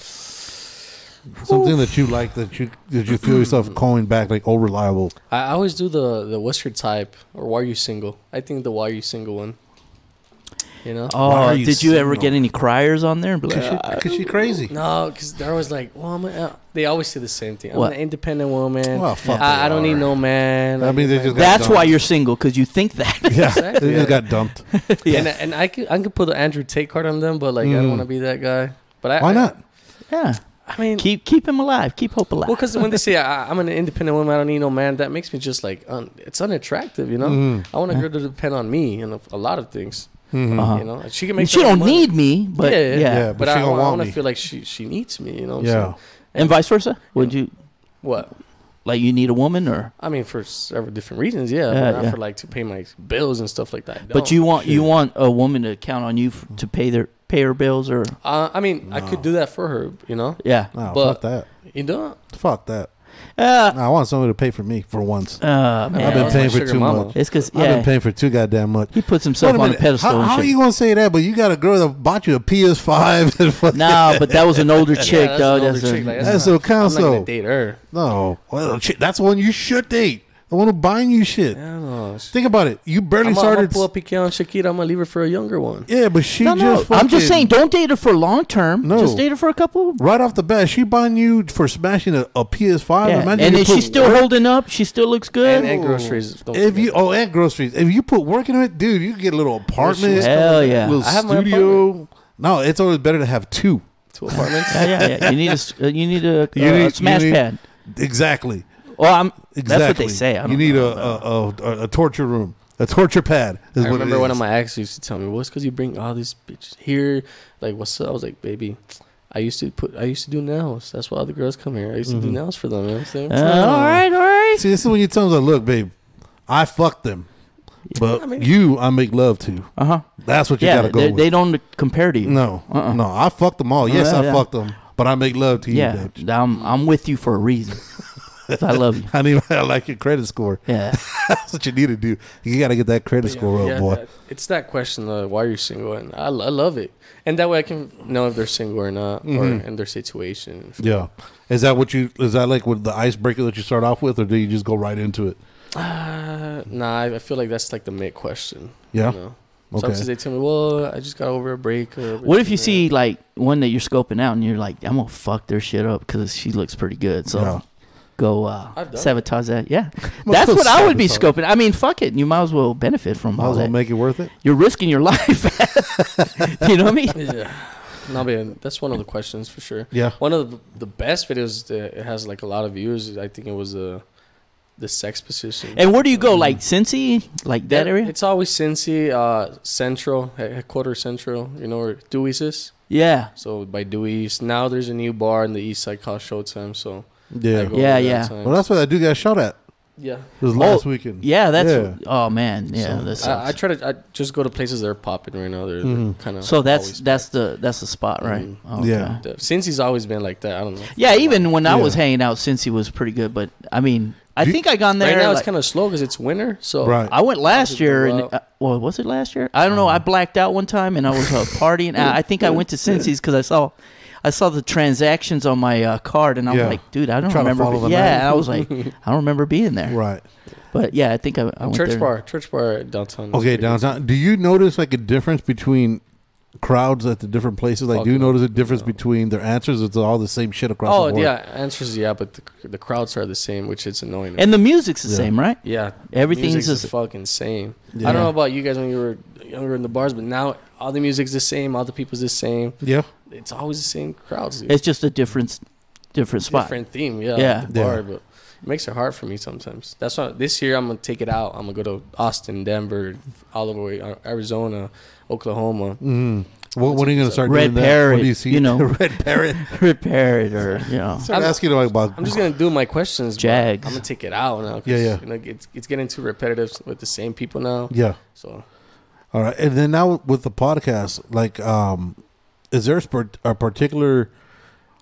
Something that you like that you that you feel
[clears throat]
yourself calling back like oh reliable.
I I always do the the what's your type or why are you single? I think the why are you single one. You know?
are
Oh,
you
did you ever
single?
get any criers on there? Like, uh,
Because she crazy.
No, because they're always like, well, I'm a, uh, they always say the same thing. I'm
What?
an independent woman.
Well, fuck
I, I
they
don't
are.
need no man.
I mean, they just got
That's
dumped.
why you're single because you
[laughs]
think that.
yeah.
Exactly.
They just got dumped.
yeah. and, and I could I could put the Andrew Tate card on them, but like I
Mm.
don't want to be that guy. But I, [laughs]
Why not?
yeah,
I, I mean,
keep keep him alive, keep hope alive.
well, because when they say I, I'm an independent woman, I don't need no man. That makes me just like un, it's unattractive, you know.
Mhm.
I want a girl to depend on me and a, a lot of things,
Mhm.
Uh-huh.
you know. And She can
I mean,
make.
she
her own
don't
money.
need me, but
Yeah,
yeah,
yeah,
Yeah,
but,
but she
I,
gonna want
want
me.
to feel like she she needs me. You know. What
Yeah.
I'm saying?
and vice versa. Would you
What?
like you need a woman or?
I mean, for several different reasons, yeah.
Yeah,
but not
yeah.
for like to pay my bills and stuff like that. I
But
don't.
you want you
Shit.
want a woman to count on you f- to
Mm.
pay their pay her bills or
Uh, I mean, I could do that for her, you know.
yeah.
No,
But-
Oh, fuck that.
You know,
Fuck that.
Uh,
No, I want somebody to pay for me for once.
uh, man.
I've been
that's my
paying for
sugar
too
mama.
much.
It's because
I've
yeah,
been paying for too goddamn much.
he puts
Wait
himself on a
minute.
pedestal.
How,
and
how are
shit.
you gonna say that? But you got a girl that bought you a PS5 and [laughs] fucking
Nah, but that was an older
[laughs] Yeah,
chick,
that's
though.
an older
That's a-
chick, like,
that's
not-
so
I'm not
council.
gonna date her.
No, well, shit, that's the one you should date. The one who buying you shit.
I don't know.
Think about it. You barely
I'm gonna
started.
pull up Piquet on Shakira. I'm gonna leave her for a younger one.
yeah, but she
no, no.
just.
I'm just
fucking-
saying, don't date her for long term.
No.
Just date her for a couple.
Right off the bat, she buying you for smashing a, a PS5.
Yeah.
Imagine
And
you
is
put
she still [laughs]
work-
holding up? She still looks good.
And, and groceries. Don't
If you
forget.
oh, and groceries. If you put work into it, dude, you can get a little apartment,
Hell yeah.
little
I have my
studio. No, it's always better to have two.
two
[laughs]
apartments.
yeah, yeah, yeah. You need a s- uh, you need a,
You
uh,
need- you
smash
need-
pad.
Exactly.
Well, I'm.
Exactly.
That's what they say. I
You
don't
need
know.
a, a, a a torture room, a torture pad. Is
I
what it
remember one
is.
of my exes used to tell me, "Well, it's because you bring all these bitches here." Like, what's up? I was like, "Baby, I used to put, I used to do nails. That's why all the girls come here. I used to do nails for them." You know what I'm saying?
Mm-hmm. Uh, all right, all right.
See, this is when you tell them, like, "Look, babe, I fucked them, but
I mean-
you, I make love to."
Uh huh.
That's what you
Yeah,
gotta go
they,
with.
they don't compare to you.
no,
Uh-uh.
no, I fucked them all. Yes,
yeah,
I
yeah.
fucked them, but I make love to you,
Yeah,
bitch. [laughs]
I'm I'm with you for a reason. 'Cause I love you.
[laughs] I need, I like your credit score. [laughs]
Yeah,
That's what you need to do. You got to get that credit
Yeah,
score up,
yeah,
boy.
that- it's that question though, why are you single? And I, lo- I love it, and that way I can know if they're single or not, or
Mm-hmm.
in their situation.
Yeah. Is that what you? Is that like with the icebreaker that you start off with, or do you just go right into it?
Uh, nah, I, I feel like that's like the mid question.
Yeah?
You know?
Okay.
Sometimes they tell me, "Well, I just got over a break." Or
What if you
Yeah.
see like one that you're scoping out and you're like, I'm gonna fuck their shit up because she looks pretty good. So
Yeah.
go
I've
uh,
done
sabotage that.
[laughs]
Yeah,
Well,
that's
so
what I would be
sabotage.
scoping. I mean, fuck it. You might as well benefit from
Might
all
as well
that.
make it worth it.
you're risking your [laughs] life. you know
[laughs]
what I mean?
Yeah, no, man, that's one of the questions for sure.
Yeah.
One of the, the best videos that it has like a lot of views. I think it was the the sex position.
And where do you go? Like Cincy, like that area?
It's always Cincy, uh, Central, he- headquarter Central. You know where Dewey's is.
Yeah,
So by Dewey's now there's a new bar in the East Side called Showtime. So
Yeah.
Yeah,
over there
yeah.
sometimes.
Well, that's what that dude got shot at
yeah.
this last weekend.
yeah. That's
Yeah.
oh man, yeah.
So-
that sucks.
I, I try to I just go to places that are popping right now. They're,
Mm-hmm.
kind of
so that's that's the that's the spot, right?
Mhm.
Oh, okay.
Yeah.
Cincy's always been like that. I don't know.
Yeah, even when I was
Yeah.
hanging out, Cincy was pretty good. But I mean, I
You-
think I gone there.
right now
like-
it's kind of slow because it's winter. So
Right.
I went last
Houses
year.
go
And,
up.
uh, well, was it last year? I don't know. I
Mm-hmm.
blacked out one time and I was uh, partying. I, I think I went to Cincy's because I saw, I saw the transactions on my uh, card and I'm
Yeah.
like, dude, I don't
Trying to
remember.
follow
be-
the
yeah,
money.
and I
[laughs]
was like, I don't remember being there.
Right.
But yeah, I think I, I went
church
there.
bar, church bar downtown. is
Okay,
pretty good.
downtown. Do you notice like a difference between crowds at the different places? Like, do you
Fucking-
notice a difference between their answers? It's all the same shit across the
Oh
board.
yeah, answers yeah, but the, the crowds are the same, which it's annoying.
And the music's the
Yeah.
same, right?
yeah,
Everything's
music's
just-
the fucking same.
Yeah.
I don't know about you guys when you were younger in the bars, but now all the music's the same, all the people's the same.
Yeah.
It's always the same crowds. dude.
It's just a different, different spot. [laughs]
different theme, yeah.
Yeah.
the bar,
Yeah.
but it makes it hard for me sometimes. That's why this year I'm gonna take it out. I'm gonna go to Austin, Denver, all the way uh, Arizona, Oklahoma.
Mm. Well, when are you gonna start
Red
doing that?
Parrot,
When do you see
you know.
[laughs] red parrot?
Repair it
[laughs]
or you know.
Start
I'm-
asking like about.
I'm just gonna do my questions. but
Jags.
I'm gonna take it out now. 'cause,
Yeah, yeah.
You know, it's, it's getting too repetitive with the same people now.
yeah.
So
All right, and then now with the podcast, like, um, is there a, sp- a particular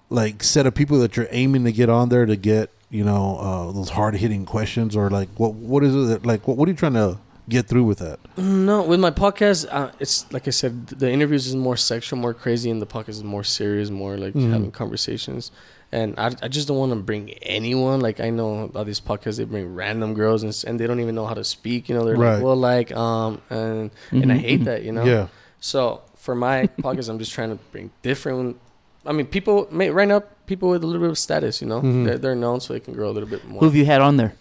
like set of people that you're aiming to get on there to get you know uh, those hard hitting questions or like what what is it that, like what what are you trying to get through with that?
no, with my podcast, uh, it's like I said, th- the interviews is more sexual, more crazy, and the podcast is more serious, more like having conversations. And I, I just don't want to bring anyone. Like I know all these podcasts, they bring random girls and, s- and they don't even know how to speak. You know, they're
Right.
like, well, like, um, and and I hate that. You know, So for my podcast, I'm just trying to bring different. I mean, people may, right now, people with a little bit of status, you know, they're, they're known, so they can grow a little bit more.
Who have you had on there?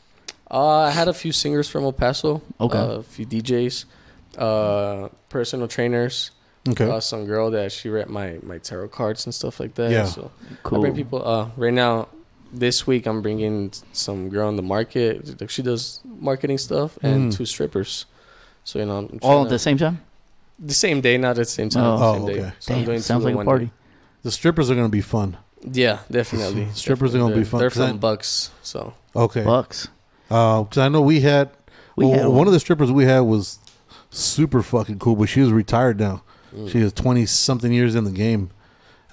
Uh, I had a few singers from El Paso.
Okay.
uh, a few DJs, uh, personal trainers.
okay,
Uh, some girl that she read my my tarot cards and stuff like that.
Yeah.
So I
Cool.
bring people. Uh, right now, this week I'm bringing some girl on the market. Like she does marketing stuff and
Mhm.
two strippers. So you know, I'm
All
trying
at
to-
the same time.
the same day, not at the same time.
Oh.
the
Oh,
same day.
okay.
So I'm
Damn,
doing
sounds
two in one
like a party.
day.
the strippers are gonna be fun.
Yeah, definitely.
Strippers are gonna
Definitely.
be fun,
They're
'cause I-
from Bucks, so
Okay, because
Bucks.
I know we had,
We
well,
had
one
one.
of the strippers we had was super fucking cool, but she was retired now. She is twenty something years in the game.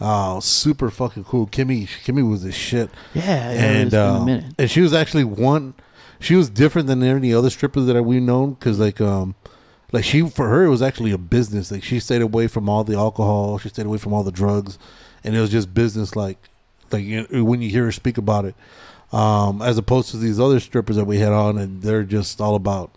Uh, super fucking cool. Kimmy, Kimmy was the shit.
Yeah.
and
it's been a
uh,
minute.
and she was actually one. She was different than any other strippers that we known because like um like she for her it was actually a business. Like she stayed away from all the alcohol. She stayed away from all the drugs, and it was just business. Like like you know, when you hear her speak about it, um, as opposed to these other strippers that we had on, and they're just all about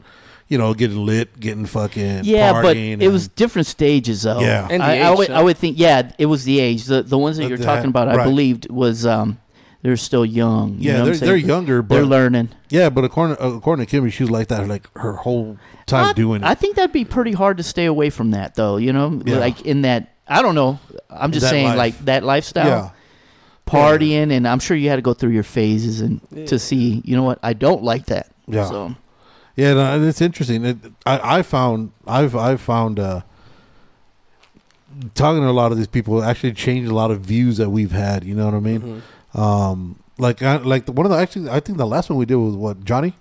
you know getting lit, getting fucking
Yeah, but
partying
it was
and-
different stages, though.
Yeah.
And the
I, I
age,
would, I
huh?
would think, yeah, it was the age. The the ones that
Uh,
you're
the-
talking about, I
right.
believed was um, they're still young. you
yeah
know what I'm
they're
saying?
they're younger but
They're learning.
yeah but according according to Kimmy she was like that like her whole time
I,
doing it
I think that'd be pretty hard to stay away from that, though. You know,
Yeah.
like in that, I don't know. I'm just
That
saying,
life.
like that lifestyle,
yeah
partying, and I'm sure you had to go through your phases and
Yeah.
to see, you know what, I don't like that.
Yeah.
So
Yeah, no, and it's interesting. It, I, I found I've I've found uh, talking to a lot of these people actually changed a lot of views that we've had. You know what I mean?
Mm-hmm.
Um, like I, like the, one of the actually I think the last one we did was what Johnny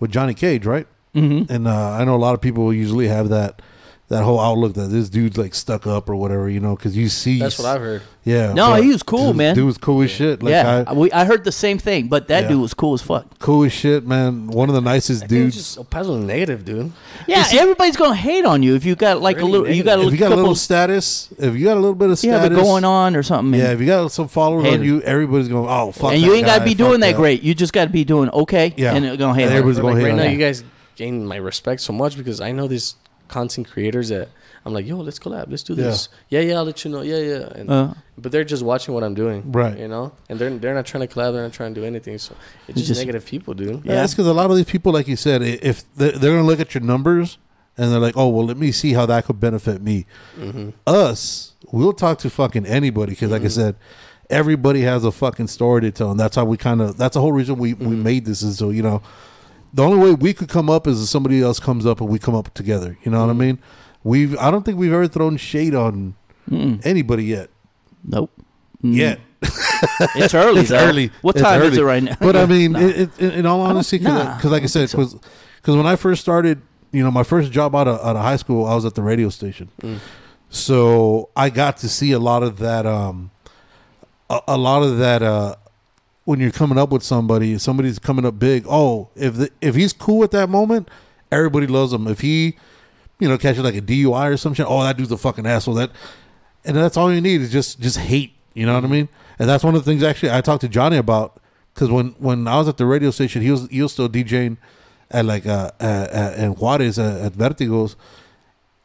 with Johnny Cage, right?
hmm
And uh, I know a lot of people usually have that that whole outlook that this dude's like stuck up or whatever, you know, because you see.
That's what I've heard.
Yeah.
No,
but
he was cool,
dude-
man.
Dude was cool as shit. Like,
yeah,
I,
we, I heard the same thing, but that
Yeah.
dude was cool as fuck.
cool as shit, man. One of the nicest
Dude,
dudes.
just Opazo's negative, dude.
Yeah, everybody's gonna hate on you if you got like
Really
a little, you
negative.
got a
if
little
you got a
couple,
little status, if you got a little bit of
yeah,
status
but going on or something.
yeah,
and-
if you got some followers
Hate
on
it.
you, everybody's going, oh fuck.
and
that
you ain't gotta
guy,
be
fuck
doing that, great. You just gotta be doing okay,
Yeah.
and it's gonna hate.
And
on
everybody's
you.
gonna
Like
hate
right
on
now,
that.
you guys gain my respect so much because I know these content creators that I'm like, yo, let's collab, let's do
Yeah.
this. Yeah, yeah, I'll let you know. Yeah, yeah. And,
Uh.
but they're just watching what I'm doing,
Right.
You know, and they're they're not trying to collab, they're not trying to do anything. So it's just,
just-
negative people, dude.
Yeah, that's because a lot of these people, like you said, i- if they're, they're going to look at your numbers and they're like, oh, well, let me see how that could benefit me. Us, we'll talk to fucking anybody because, like I said, everybody has a fucking story to tell. And that's how we kind of, that's the whole reason we, we made this is so, you know, the only way we could come up is if somebody else comes up and we come up together. You know what I mean? We've, I don't think we've ever thrown shade on anybody yet. [laughs]
Nope.
Yet.
It's early.
it's
though.
early.
What
It's
time is
early.
it right now?
But I mean,
Nah.
it, it, in all honesty, because
nah,
like I said, because when I first started, you know, my first job out of, out of high school, I was at the radio station,
Mm.
so I got to see a lot of that. Um, a, a lot of that. Uh, when you're coming up with somebody, somebody's coming up big. Oh, if the, if he's cool at that moment, everybody loves him. If he, you know, catches like a DUI or some shit, oh, that dude's a fucking asshole. That and that's all you need is just just hate. You know what I mean? And that's one of the things actually I talked to Johnny about because when when I was at the radio station, he was he was still DJing at like uh, uh, uh in Juarez uh, at Vertigo's,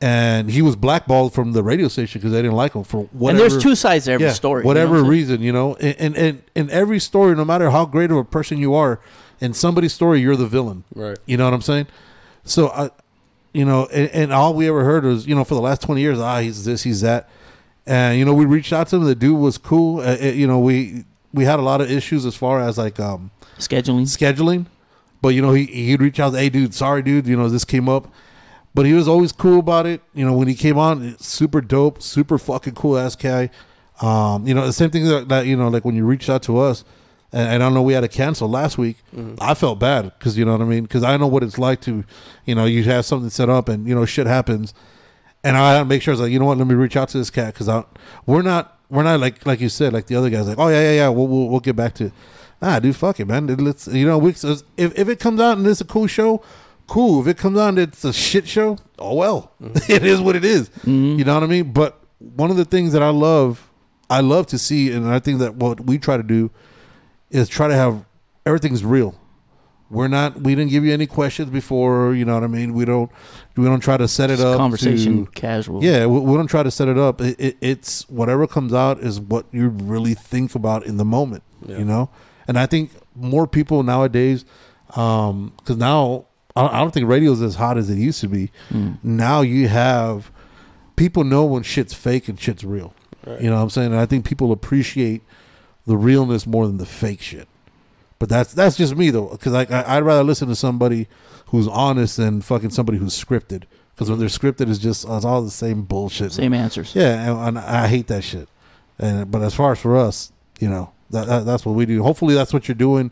and he was blackballed from the radio station because they didn't like him for whatever.
[laughs] and there's two sides to every
yeah,
story. you know
whatever
what I'm saying?
reason, you know, and and- and in every story, no matter how great of a person you are, in somebody's story, you're the villain.
Right.
You know what I'm saying? So I, you know, and, and all we ever heard was, you know, for the last 20 years, ah, he's this, he's that, and you know, we reached out to him. The dude was cool. Uh, it- you know, we we had a lot of issues as far as like um
scheduling.
scheduling, but you know, he he'd reach out, hey, dude, sorry, dude, you know, this came up. But he was always cool about it. You know, when he came on, it's super dope, super fucking cool ass guy. Um, you know, the same thing that, that you know, like when you reached out to us, and, and I know we had to cancel last week. I felt bad because you know what I mean. Because I know what it's like to, you know, you have something set up and you know shit happens, and I had to make sure I was like, you know what, let me reach out to this cat because I we're not we're not like like you said like the other guys like oh yeah yeah yeah we'll we'll, we'll get back to it. Nah, dude, fuck it, man. Let's you know we if if it comes out and it's a cool show, cool. If it comes out and it's a shit show, oh well, [laughs] It is what it is. You know what I mean? But one of the things that I love, I love to see, and I think that what we try to do is try to have everything's real. We're not. We didn't give you any questions before. You know what I mean. We don't. We don't try to set it
Just
up. to-
conversation casual.
yeah, we, we don't try to set it up. It, it, it's whatever comes out is what you really think about in the moment, you know. And I think more people nowadays, because now I, I don't think radio is as hot as it used to be. Now you have people know when shit's fake and shit's real. You know what I'm saying? And I think people appreciate the realness more than the fake shit. But that's that's just me though, because like I, I'd rather listen to somebody who's honest than fucking somebody who's scripted. Because when they're scripted, it's just it's all the same bullshit.
Same answers.
Yeah, and, and I hate that shit. And but as far as for us, you know, that, that that's what we do. Hopefully, that's what you're doing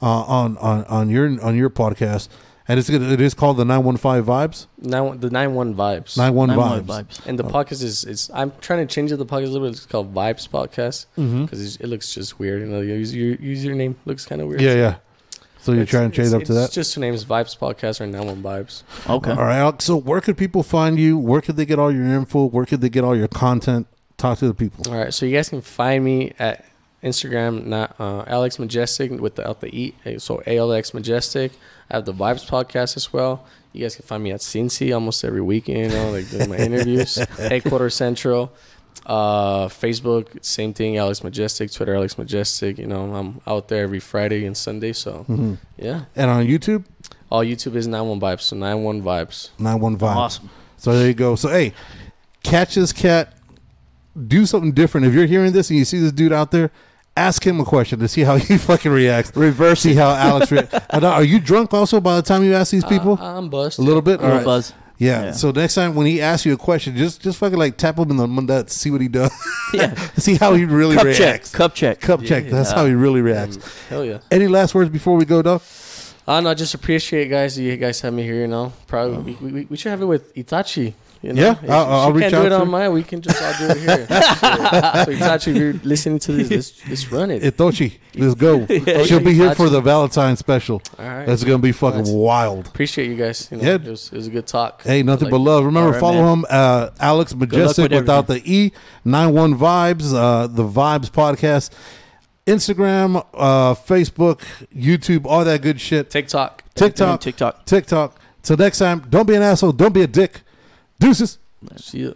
uh, on on on your on your podcast. And it's gonna- it is called the Nine One Five Vibes.
Nine the nine one vibes.
Nine Oh. One
I'm
Vibes.
on vibes.
and the podcast is it's I'm trying to change it. The podcast a little bit. It's called Vibes Podcast
Mm-hmm.
because it looks just weird. You know, your user, your username looks kind of weird.
Yeah, yeah. So you're
It's-
trying to change
it's-
up to
it's
that.
just two names: Vibes Podcast or Now One Vibes.
Okay.
All right, Alex. So where could people find you? Where could they get all your info? Where could they get all your content? Talk to the people.
All right, so you guys can find me at Instagram, not uh, Alex Majestic without the E, so ALX Majestic. I have the Vibes podcast as well. You guys can find me at Cincy almost every weekend, you know, like
[laughs]
doing my interviews. Headquarter Central, uh, Facebook, same thing. Alex Majestic, Twitter, Alex Majestic. You know, I'm out there every Friday and Sunday. So
Mm-hmm.
yeah,
And on YouTube,
all YouTube is nine one vibes. So nine one vibes.
nine one five.
Awesome.
So there you go. So hey, catch this cat. Do something different. If you're hearing this and you see this dude out there, ask him a question to see how [laughs] he fucking reacts. Reverse. See how Alex reacts. Are you drunk also by the time you ask these people?
I'm bust.
a little bit.
A little buzz.
Yeah.
Yeah.
So next time when he asks you a question, just just fucking like tap him in the nut, see what he does,
[laughs] Yeah.
[laughs] see how he really
Cup check.
reacts.
Cup check.
Cup check. That's how he really reacts.
Hell yeah.
Any last words before we go, dog?
I don't know. I just appreciate guys. that You guys have me here. You know, probably we, we, we should have it with Itachi. You know?
Oh. Yeah,
If
I'll-
she-
I'll
she
reach
can't
out
do it
to her.
on mine. We can just all do it
[laughs]
here. so, so Itachi, if you're listening to this, let's, let's run it.
Itochi, let's
[laughs]
go. She'll be here for the Valentine special.
all right.
That's gonna be fucking
That's-
wild.
Appreciate you guys. You know,
Yeah.
it was, it was a good talk.
Hey, nothing
Like,
but love. Remember,
all right,
follow
man.
him, uh, Alex Majestic
with
without the E, 91 Vibes, uh, the Vibes Podcast, Instagram, uh, Facebook, YouTube, all that good shit.
TikTok.
TikTok.
TikTok.
TikTok. Till next time, don't be an asshole. Don't be a dick. Deuces.
See ya.